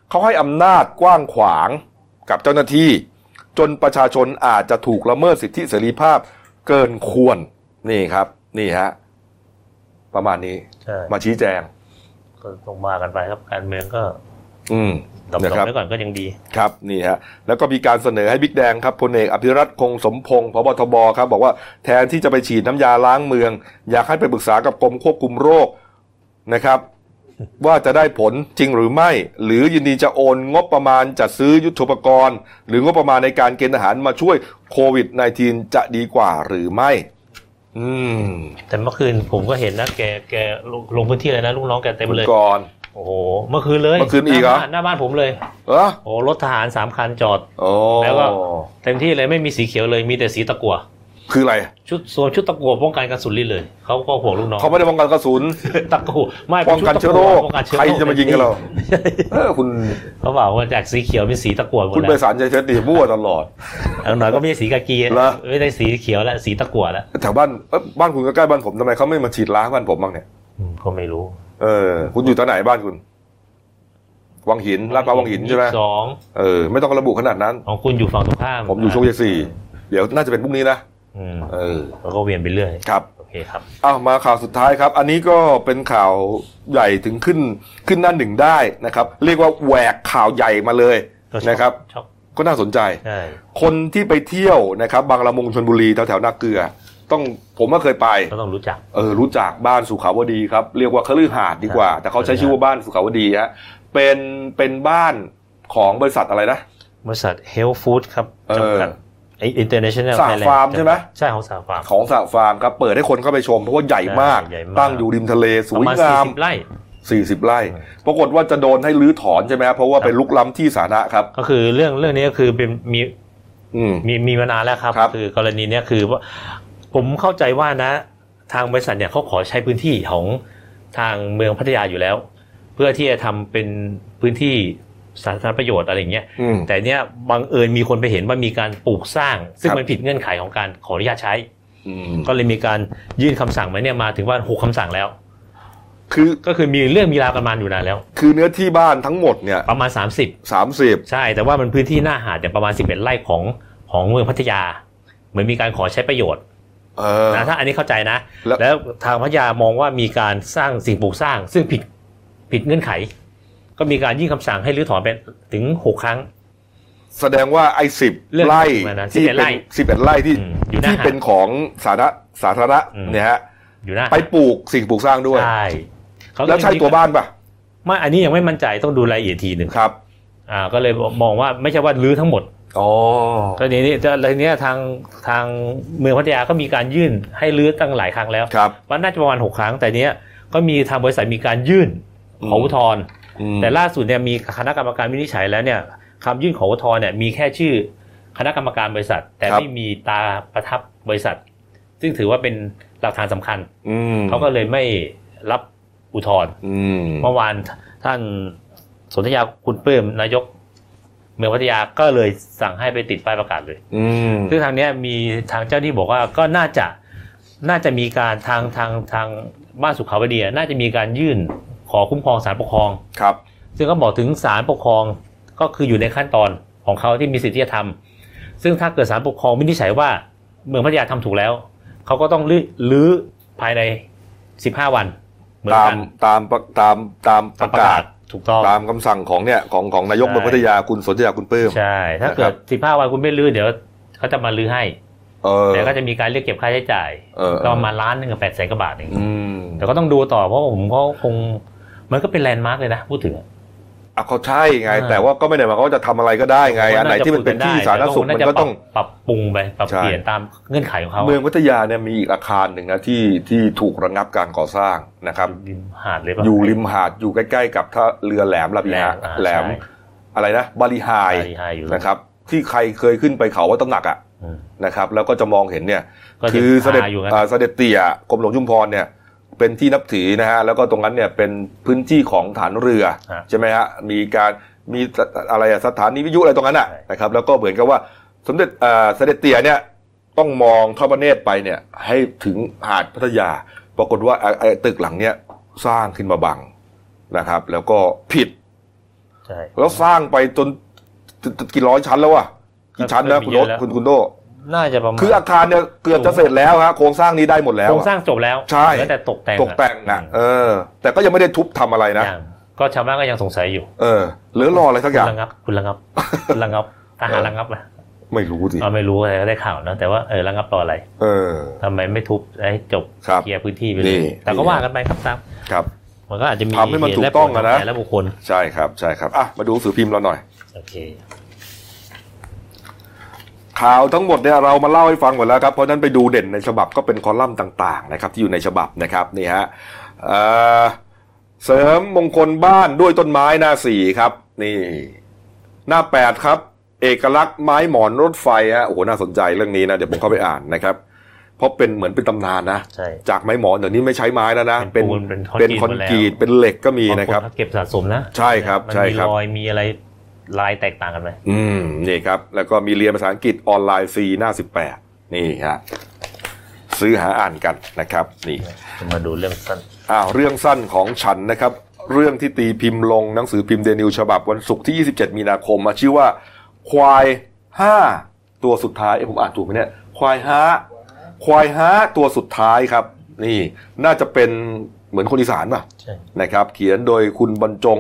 เขาให้อำนาจกว้างขวางกับเจ้าหน้าที่ จนประชาชนอาจจะถูกละเมิดสิทธิเสรีภาพเกินควรนี่ครับนี่ฮะประมาณนี้ ใช่ มาชี้แจง ก็ต้องมากันไปครับการเมืองก็ อืม ดอกๆ นะครับ ไว้ก่อนก็ยังดี ครับนี่ฮะแล้วก็มีการเสนอให้บิ๊กแดงครับพลเอกอภิรัตคงสมพงศ์พบทบครับบอกว่าแทนที่จะไปฉีดน้ำยาล้างเมือง อยากให้ไปปรึกษากับกรมควบคุมโรคนะครับ ว่าจะได้ผลจริงหรือไม่ หรือยินดีจะโอนงบประมาณจัดซื้อยุทโธปกรณ์ หรืองบประมาณในการเกณฑ์ทหารมาช่วยโควิด -19 จะดีกว่าหรือไม่ อืม แต่เมื่อคืนผมก็เห็นนะแกแกลงลงพื้นที่เลยนะลูกน้องแกเต็มเลย ก่อน โอ้โหเมื่อคืนเลย เมื่อคืนอีกเหรอ าบ้าหน้าบ้านผมเลย เออ โอ้โหรถทหารสามคันจอด โอ้ แล้วก็ เต็มที่เลยไม่มีสีเขียวเลยมีแต่สีตะกั่ว คืออะไร ชุดสวมชุดตะกั่วป้องกันกระสุนลิ้นเลยเขาก็ห่วงลูกน้อง เขาไม่ได้ป้องกันกระสุน ตะกั่วไม่ป็ ป้องกันเชื้อโรค ป้องกันเชื้อ ใครจะมายิงกันเราเออคุณ เขาบอกว่าจากสีเขียวเป็นสีตะกั่วหมด คุณ แล้ ไป ว สารใจเพชรดีมั่วตลอด เอาหน่อยก็ไม่ใช่สีกากี เหรอ ไม่ได้สีเขียวแล้วสีตะกั่วแล้ว แถวบ้านเอ้ยบ้านคุณก็ใกล้บ้านผมทำไมเขาไม่มาฉีดล้างบ้านผมบ้างเนี่ย อืมก็ไม่รู้ เออคุณอยู่ตรงไหนบ้านคุณ วังหินลาดพร้าววังหินใช่ไหม สอง เออไม่ต้องระบุขนาดนั้น ของคุณอยู่ฝั่งตรงข้าม ผมอยู่โชคชัยสี่ เดี๋ยวน่าจะเป็นพรุ่งนี้นะ อืม เออ แล้วก็เวียนไปเรื่อย ครับ โอเคครับ อ้าวมาข่าวสุดท้ายครับ อันนี้ก็เป็นข่าวใหญ่ถึงขึ้นขึ้นหน้าหนึ่งได้นะครับ เรียกว่าแหวกข่าวใหญ่มาเลย ก็ช็อก นะครับ ช็อก ก็น่าสนใจ ใช่ คนที่ไปเที่ยวนะครับ บางละมุงชนบุรีแถวแถวๆนาเกลือ ต้องผมก็เคยไป ก็ต้องรู้จัก เออรู้จักบ้านสุขาวดีครับ เรียกว่าคฤหาสน์ดีกว่า ครับ แต่เขาใช้ชื่อว่าบ้านสุขาวดีฮะเป็นเป็นบ้านของบริษัทอะไรนะ บริษัท Health Food ครับ เออ จำกัดไอ้ International สห Thailand ฟาร์มใช่ไหม ใช่ของสาฟาร์ม ของสระฟาร์มครับเปิดให้คนเข้าไปชมเพราะว่าใหญ่มาก ใหญ่มาก ตั้งอยู่ริมทะเลส ประ วย มาณ งามสี่สิบไร่ 40 ไร่ ปรากฏว่าจะโดนให้รื้อถอนใช่ไหมครับเพราะว่า ครับ เป็นลุกล้ำที่สาธารณะครับ ก็คือเรื่องเรื่องนี้ก็คือเป็นมี อืม มีมีมานานแล้วครับ ครับ คือกรณีเนี้ยคือว่าผมเข้าใจว่านะ ทางบริษัทเนี่ยเขาขอใช้พื้นที่ของทางเมืองพัทยาอยู่แล้ว เพื่อที่จะทำเป็นพื้นที่สาธารณประโยชน์อะไรอย่างเงี้ย อืม แต่เนี้ยบังเอิญมีคนไปเห็นว่ามีการปลูกสร้าง ซึ่ง ครับ มันผิดเงื่อนไขของการขออนุญาตใช้ อืม ก็เลยมีการยื่นคำสั่งมาเนี่ยมาถึงว่าหกคำสั่งแล้ว คือ ก็คือมีเรื่องมีราวกันมาอยู่นานแล้ว คือเนื้อที่บ้านทั้งหมดเนี่ย ประมาณ สามสิบ 30 ใช่ แต่ว่ามันพื้นที่หน้าหาดเนี่ยประมาณ 11 ไร่ของของเมืองพัทยา เหมือนมีการขอใช้ประโยชน์ เออ นะถ้าอันนี้เข้าใจนะ แล้ว แล้วทางพัทยามองว่ามีการสร้างสิ่งปลูกสร้าง ซึ่งผิดผิดเงื่อนไข ก็มีการยื่นคำสั่งให้รื้อถอนไปถึง 6 ครั้ง แสดงว่าไอ้สิบ เรื่อง ไร่ ประมาณนั้น ที่ 11ไร่ เป็นสิบเอ็ดไร่ที่ อืมอยู่หน้า ที่เป็นของสาธารณะสาธารณะ อืม เนี่ยฮะ อยู่หน้า ไปปลูกสิ่งปลูกสร้างด้วย ใช่เขาก็ แล้วใช่ตัวบ้านปะ ไม่อันนี้ยังไม่มั่นใจต้องดูรายละเอียดทีหนึ่ง ครับ อ่าก็เลยมองว่าไม่ใช่ว่ารื้อทั้งหมด อ๋อ กรณีนี้จะอะไรเนี้ยทางทางเมืองพัทยาก็มีการยื่นให้รื้อตั้งหลายครั้งแล้ว ครับ ว่าน่าจะประมาณหกครั้ง แต่เนี้ยก็มีทางบริษัทมีการยื่นขออุทธรณ์ อืม แต่ล่าสุดเนี่ยมีคณะกรรมการวินิจฉัยแล้วเนี่ยคำยื่นขออุทธรณ์เนี่ยมีแค่ชื่อคณะกรรมการบริษัท แต่ไม่มีตราประทับบริษัท ซึ่งถือว่าเป็นหลักฐานสำคัญ อืม เขาก็เลยไม่รับอุทธรณ์ อืม เมื่อวานท่านสนธยาคุณเปิ้มนายก เมืองพัทยาก็เลยสั่งให้ไปติดป้ายประกาศเลย อืม ซึ่งทางเนี้ยมีทางเจ้าที่บอกว่าก็น่าจะน่าจะมีการทางทางทางบ้านสุขาวดีอะน่าจะมีการยื่นขอคุ้มครองศาลปกครอง ครับ ซึ่งก็บอกถึงศาลปกครองก็คืออยู่ในขั้นตอนของเขาที่มีสิทธิจะทำซึ่งถ้าเกิดศาลปกครองวินิจฉัยว่าเมืองพัทยาทำถูกแล้ว เขาก็ต้องรื้อลื้อภายใน 15 วันเหมือน ตาม กัน ตามประตามตามป ตาม ระกาศ ถูกต้อง ตามคำสั่งของเนี่ยของของนายก ใช่ เมืองพัทยาคุณสนธยาคุณปลื้ม ใช่ถ้าเกิด 15 วันคุณไม่ลื้อเดี๋ยวเขาจะมาลื้อให้ เออ แต่ก็จะมีการเรียกเก็บค่าใช้จ่าย เออ ก็ประมาณล้านหนึ่งกับแปดแสนกว่าบาทเอง อืม แต่ก็ต้องดูต่อเพราะผมก็คงมันก็เป็นแลนด์มาร์กเลยนะ พูดถึง อ่ะเขาใช่ไง อ่า แต่ว่าก็ไม่ได้หมายความว่าจะทำอะไรก็ได้ไง อันไหนที่มันเป็นที่สาธารณสุขมันก็ต้อง ปรับปรุงไปปรับ ใช่ เปลี่ยนตามเงื่อนไขของเขา เมืองพัทยาเนี่ยมีอีกอาคารหนึ่งนะที่ที่ถูกระงับการก่อสร้างนะครับ ริมหาดเลยป่ะ อยู่ริมหาดอยู่ใกล้ ๆ กับท่าเรือแหลมลาบิฮะ แหลมแหลมอ่าใช่ อะไรนะบาลีไฮ ใช่หาดอยู่ นะครับ ที่ใครเคยขึ้นไปเขาว่าต้องหนักอ่ะ อืม นะครับ แล้วก็จะมองเห็นเนี่ย ก็ คือเสด็จ หาอยู่กัน อ่าเสด็จเตี่ยกรมหลวงชุมพรเนี่ยเป็นที่นับถือนะฮะแล้วก็ตรงนั้นเนี่ยเป็นพื้นที่ของฐานเรืออาใช่ไหมฮะมีการมีสถอะไรอะสถานีวิทยุอะไรตรงนั้นอ่ะ ใช่ นะครับแล้วก็เหมือนกับว่าสมเด็จอ่าเสด็จเตี่ยเนี่ยต้องมองทอดพระเนตรไปเนี่ยให้ถึงหาดพัทยา ปรากฏว่าไอ้ไอ้ตึกหลังเนี่ยสร้างขึ้นมาบังนะครับ แล้วก็ผิด ใช่ แล้วสร้างไปจนกี่ร้อยชั้นแล้วอ่ะกี่ชั้นนะคุณโรส เยอะแล้ว คุณคุณโด น่าจะประมาณ คืออาคารเนี่ยเกือบจะเสร็จแล้วฮะโครงสร้างนี้ได้หมดแล้ว โครง อะ สร้างจบแล้ว ใช่ แล้วแต่ตกแต่ง ตกแต่งอ่ะเออ แต่ก็ยังไม่ได้ทุบทำอะไรนะ ยังก็ชาวบ้านก็ยังสงสัยอยู่ เออเหลือรออะไรสัก คุ อ ณ ย่าง ระงับ คุณระงับคุณ ระงับทหาร เออ ระงับนะ ไม่รู้สิ เราไม่รู้อะไรก็ได้ข่าวนะแต่ว่าเออระงับต่ออะไร เออ ทำไมไม่ทุบให้จบ ครับ เคลียร์พื้นที่ไปเล นี่ ยแต่ก็ นี่ ว่ากันไปครับตาม ครับ มันก็อาจจะมี ทำให้มัน เห ถูกตุและ ต้ ผ อง ลข อะ อง นะ แต่ละบุคคล ใช่ครับใช่ครับอ่ะมาดูสือพิมพ์เราหน่อย โอเค ข่าวทั้งหมดเนี่ยเรามาเล่าให้ฟังหมดแล้วครับ เพราะฉะนั้นไปดูเด่นในฉบับก็เป็นคอลัมน์ต่างๆนะครับที่อยู่ในฉบับนะครับนี่ฮะเอ่อเสริมมงคลบ้านด้วยต้นไม้หน้าสี่ครับ นี่ หน้าแปดครับ เอกลักษณ์ไม้หมอนรถไฟฮะโอ้โหน่าสนใจเรื่องนี้นะเดี๋ยวผมเข้าไปอ่านนะครับเพราะเป็นเหมือนเป็นตำนานนะ ใช่ จากไม้หมอนเดี๋ยวนี้ไม่ใช้ไม้แล้วนะ เป็นปูนเป็น เป็นค ค อ อน น ก กรีรีต ต เป็นเหล็กก็มีนะครับ บางเขาเก็บสะสมนะ ใช่ครับ มั ใช่ มี ครับ รอยมีอะไรลายแตกต่างกันไหม อืมนี่ครับ แล้วก็มีเรียนภาษาอังกฤษออนไลน์ฟรีหน้า 18 นี่ฮะซื้อหาอ่านกันนะครับนี่ มาดูเรื่องสั้น อ้าวเรื่องสั้นของฉันนะครับ เรื่องที่ตีพิมพ์ลงหนังสือพิมพ์เดนิวฉบับวันศุกร์ที่ 27 มีนาคมมาชื่อว่า ควาย 5 ตัวสุดท้ายเอ้ยผมอ่านถูกไหมเนี่ย ควายฮะควายฮะตัวสุดท้ายครับ นี่น่าจะเป็นเหมือนคนอีสานป่ะ ใช่ นะครับ เขียนโดยคุณบรรจง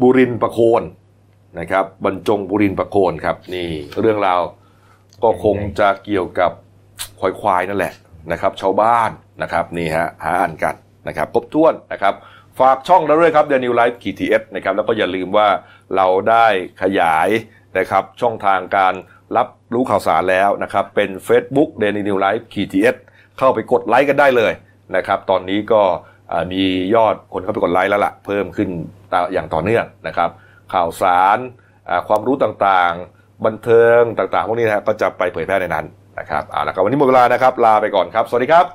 บุรินทร์ประโคนนะครับ บรรจงบุรินทร์ประโคนครับ นี่เรื่องราวก็คงจะเกี่ยวกับควายควายๆนั่นแหละนะครับ ชาวบ้านนะครับนี่ฮะหาอ่านกันนะครับครบถ้วนนะครับ ฝากช่องเราด้วยครับ The New Life KTF นะครับแล้วก็อย่าลืมว่าเราได้ขยายนะครับช่องทางการรับรู้ข่าวสารแล้วนะครับ เป็น Facebook The New Life KTF เข้าไปกดไลค์กันได้เลยนะครับ ตอนนี้ก็อ่ามียอดคนเข้าไปกดไลค์แล้วล่ะ เพิ่มขึ้นตาอย่างต่อเนื่องนะครับ ข่าวสารอ่าความรู้ต่างๆ บันเทิงต่างๆ พวกนี้นะฮะก็จะไปเผยแพร่ในนั้นนะครับเอาละครับวันนี้หมดเวลานะครับ ลาไปก่อนครับ สวัสดีครับ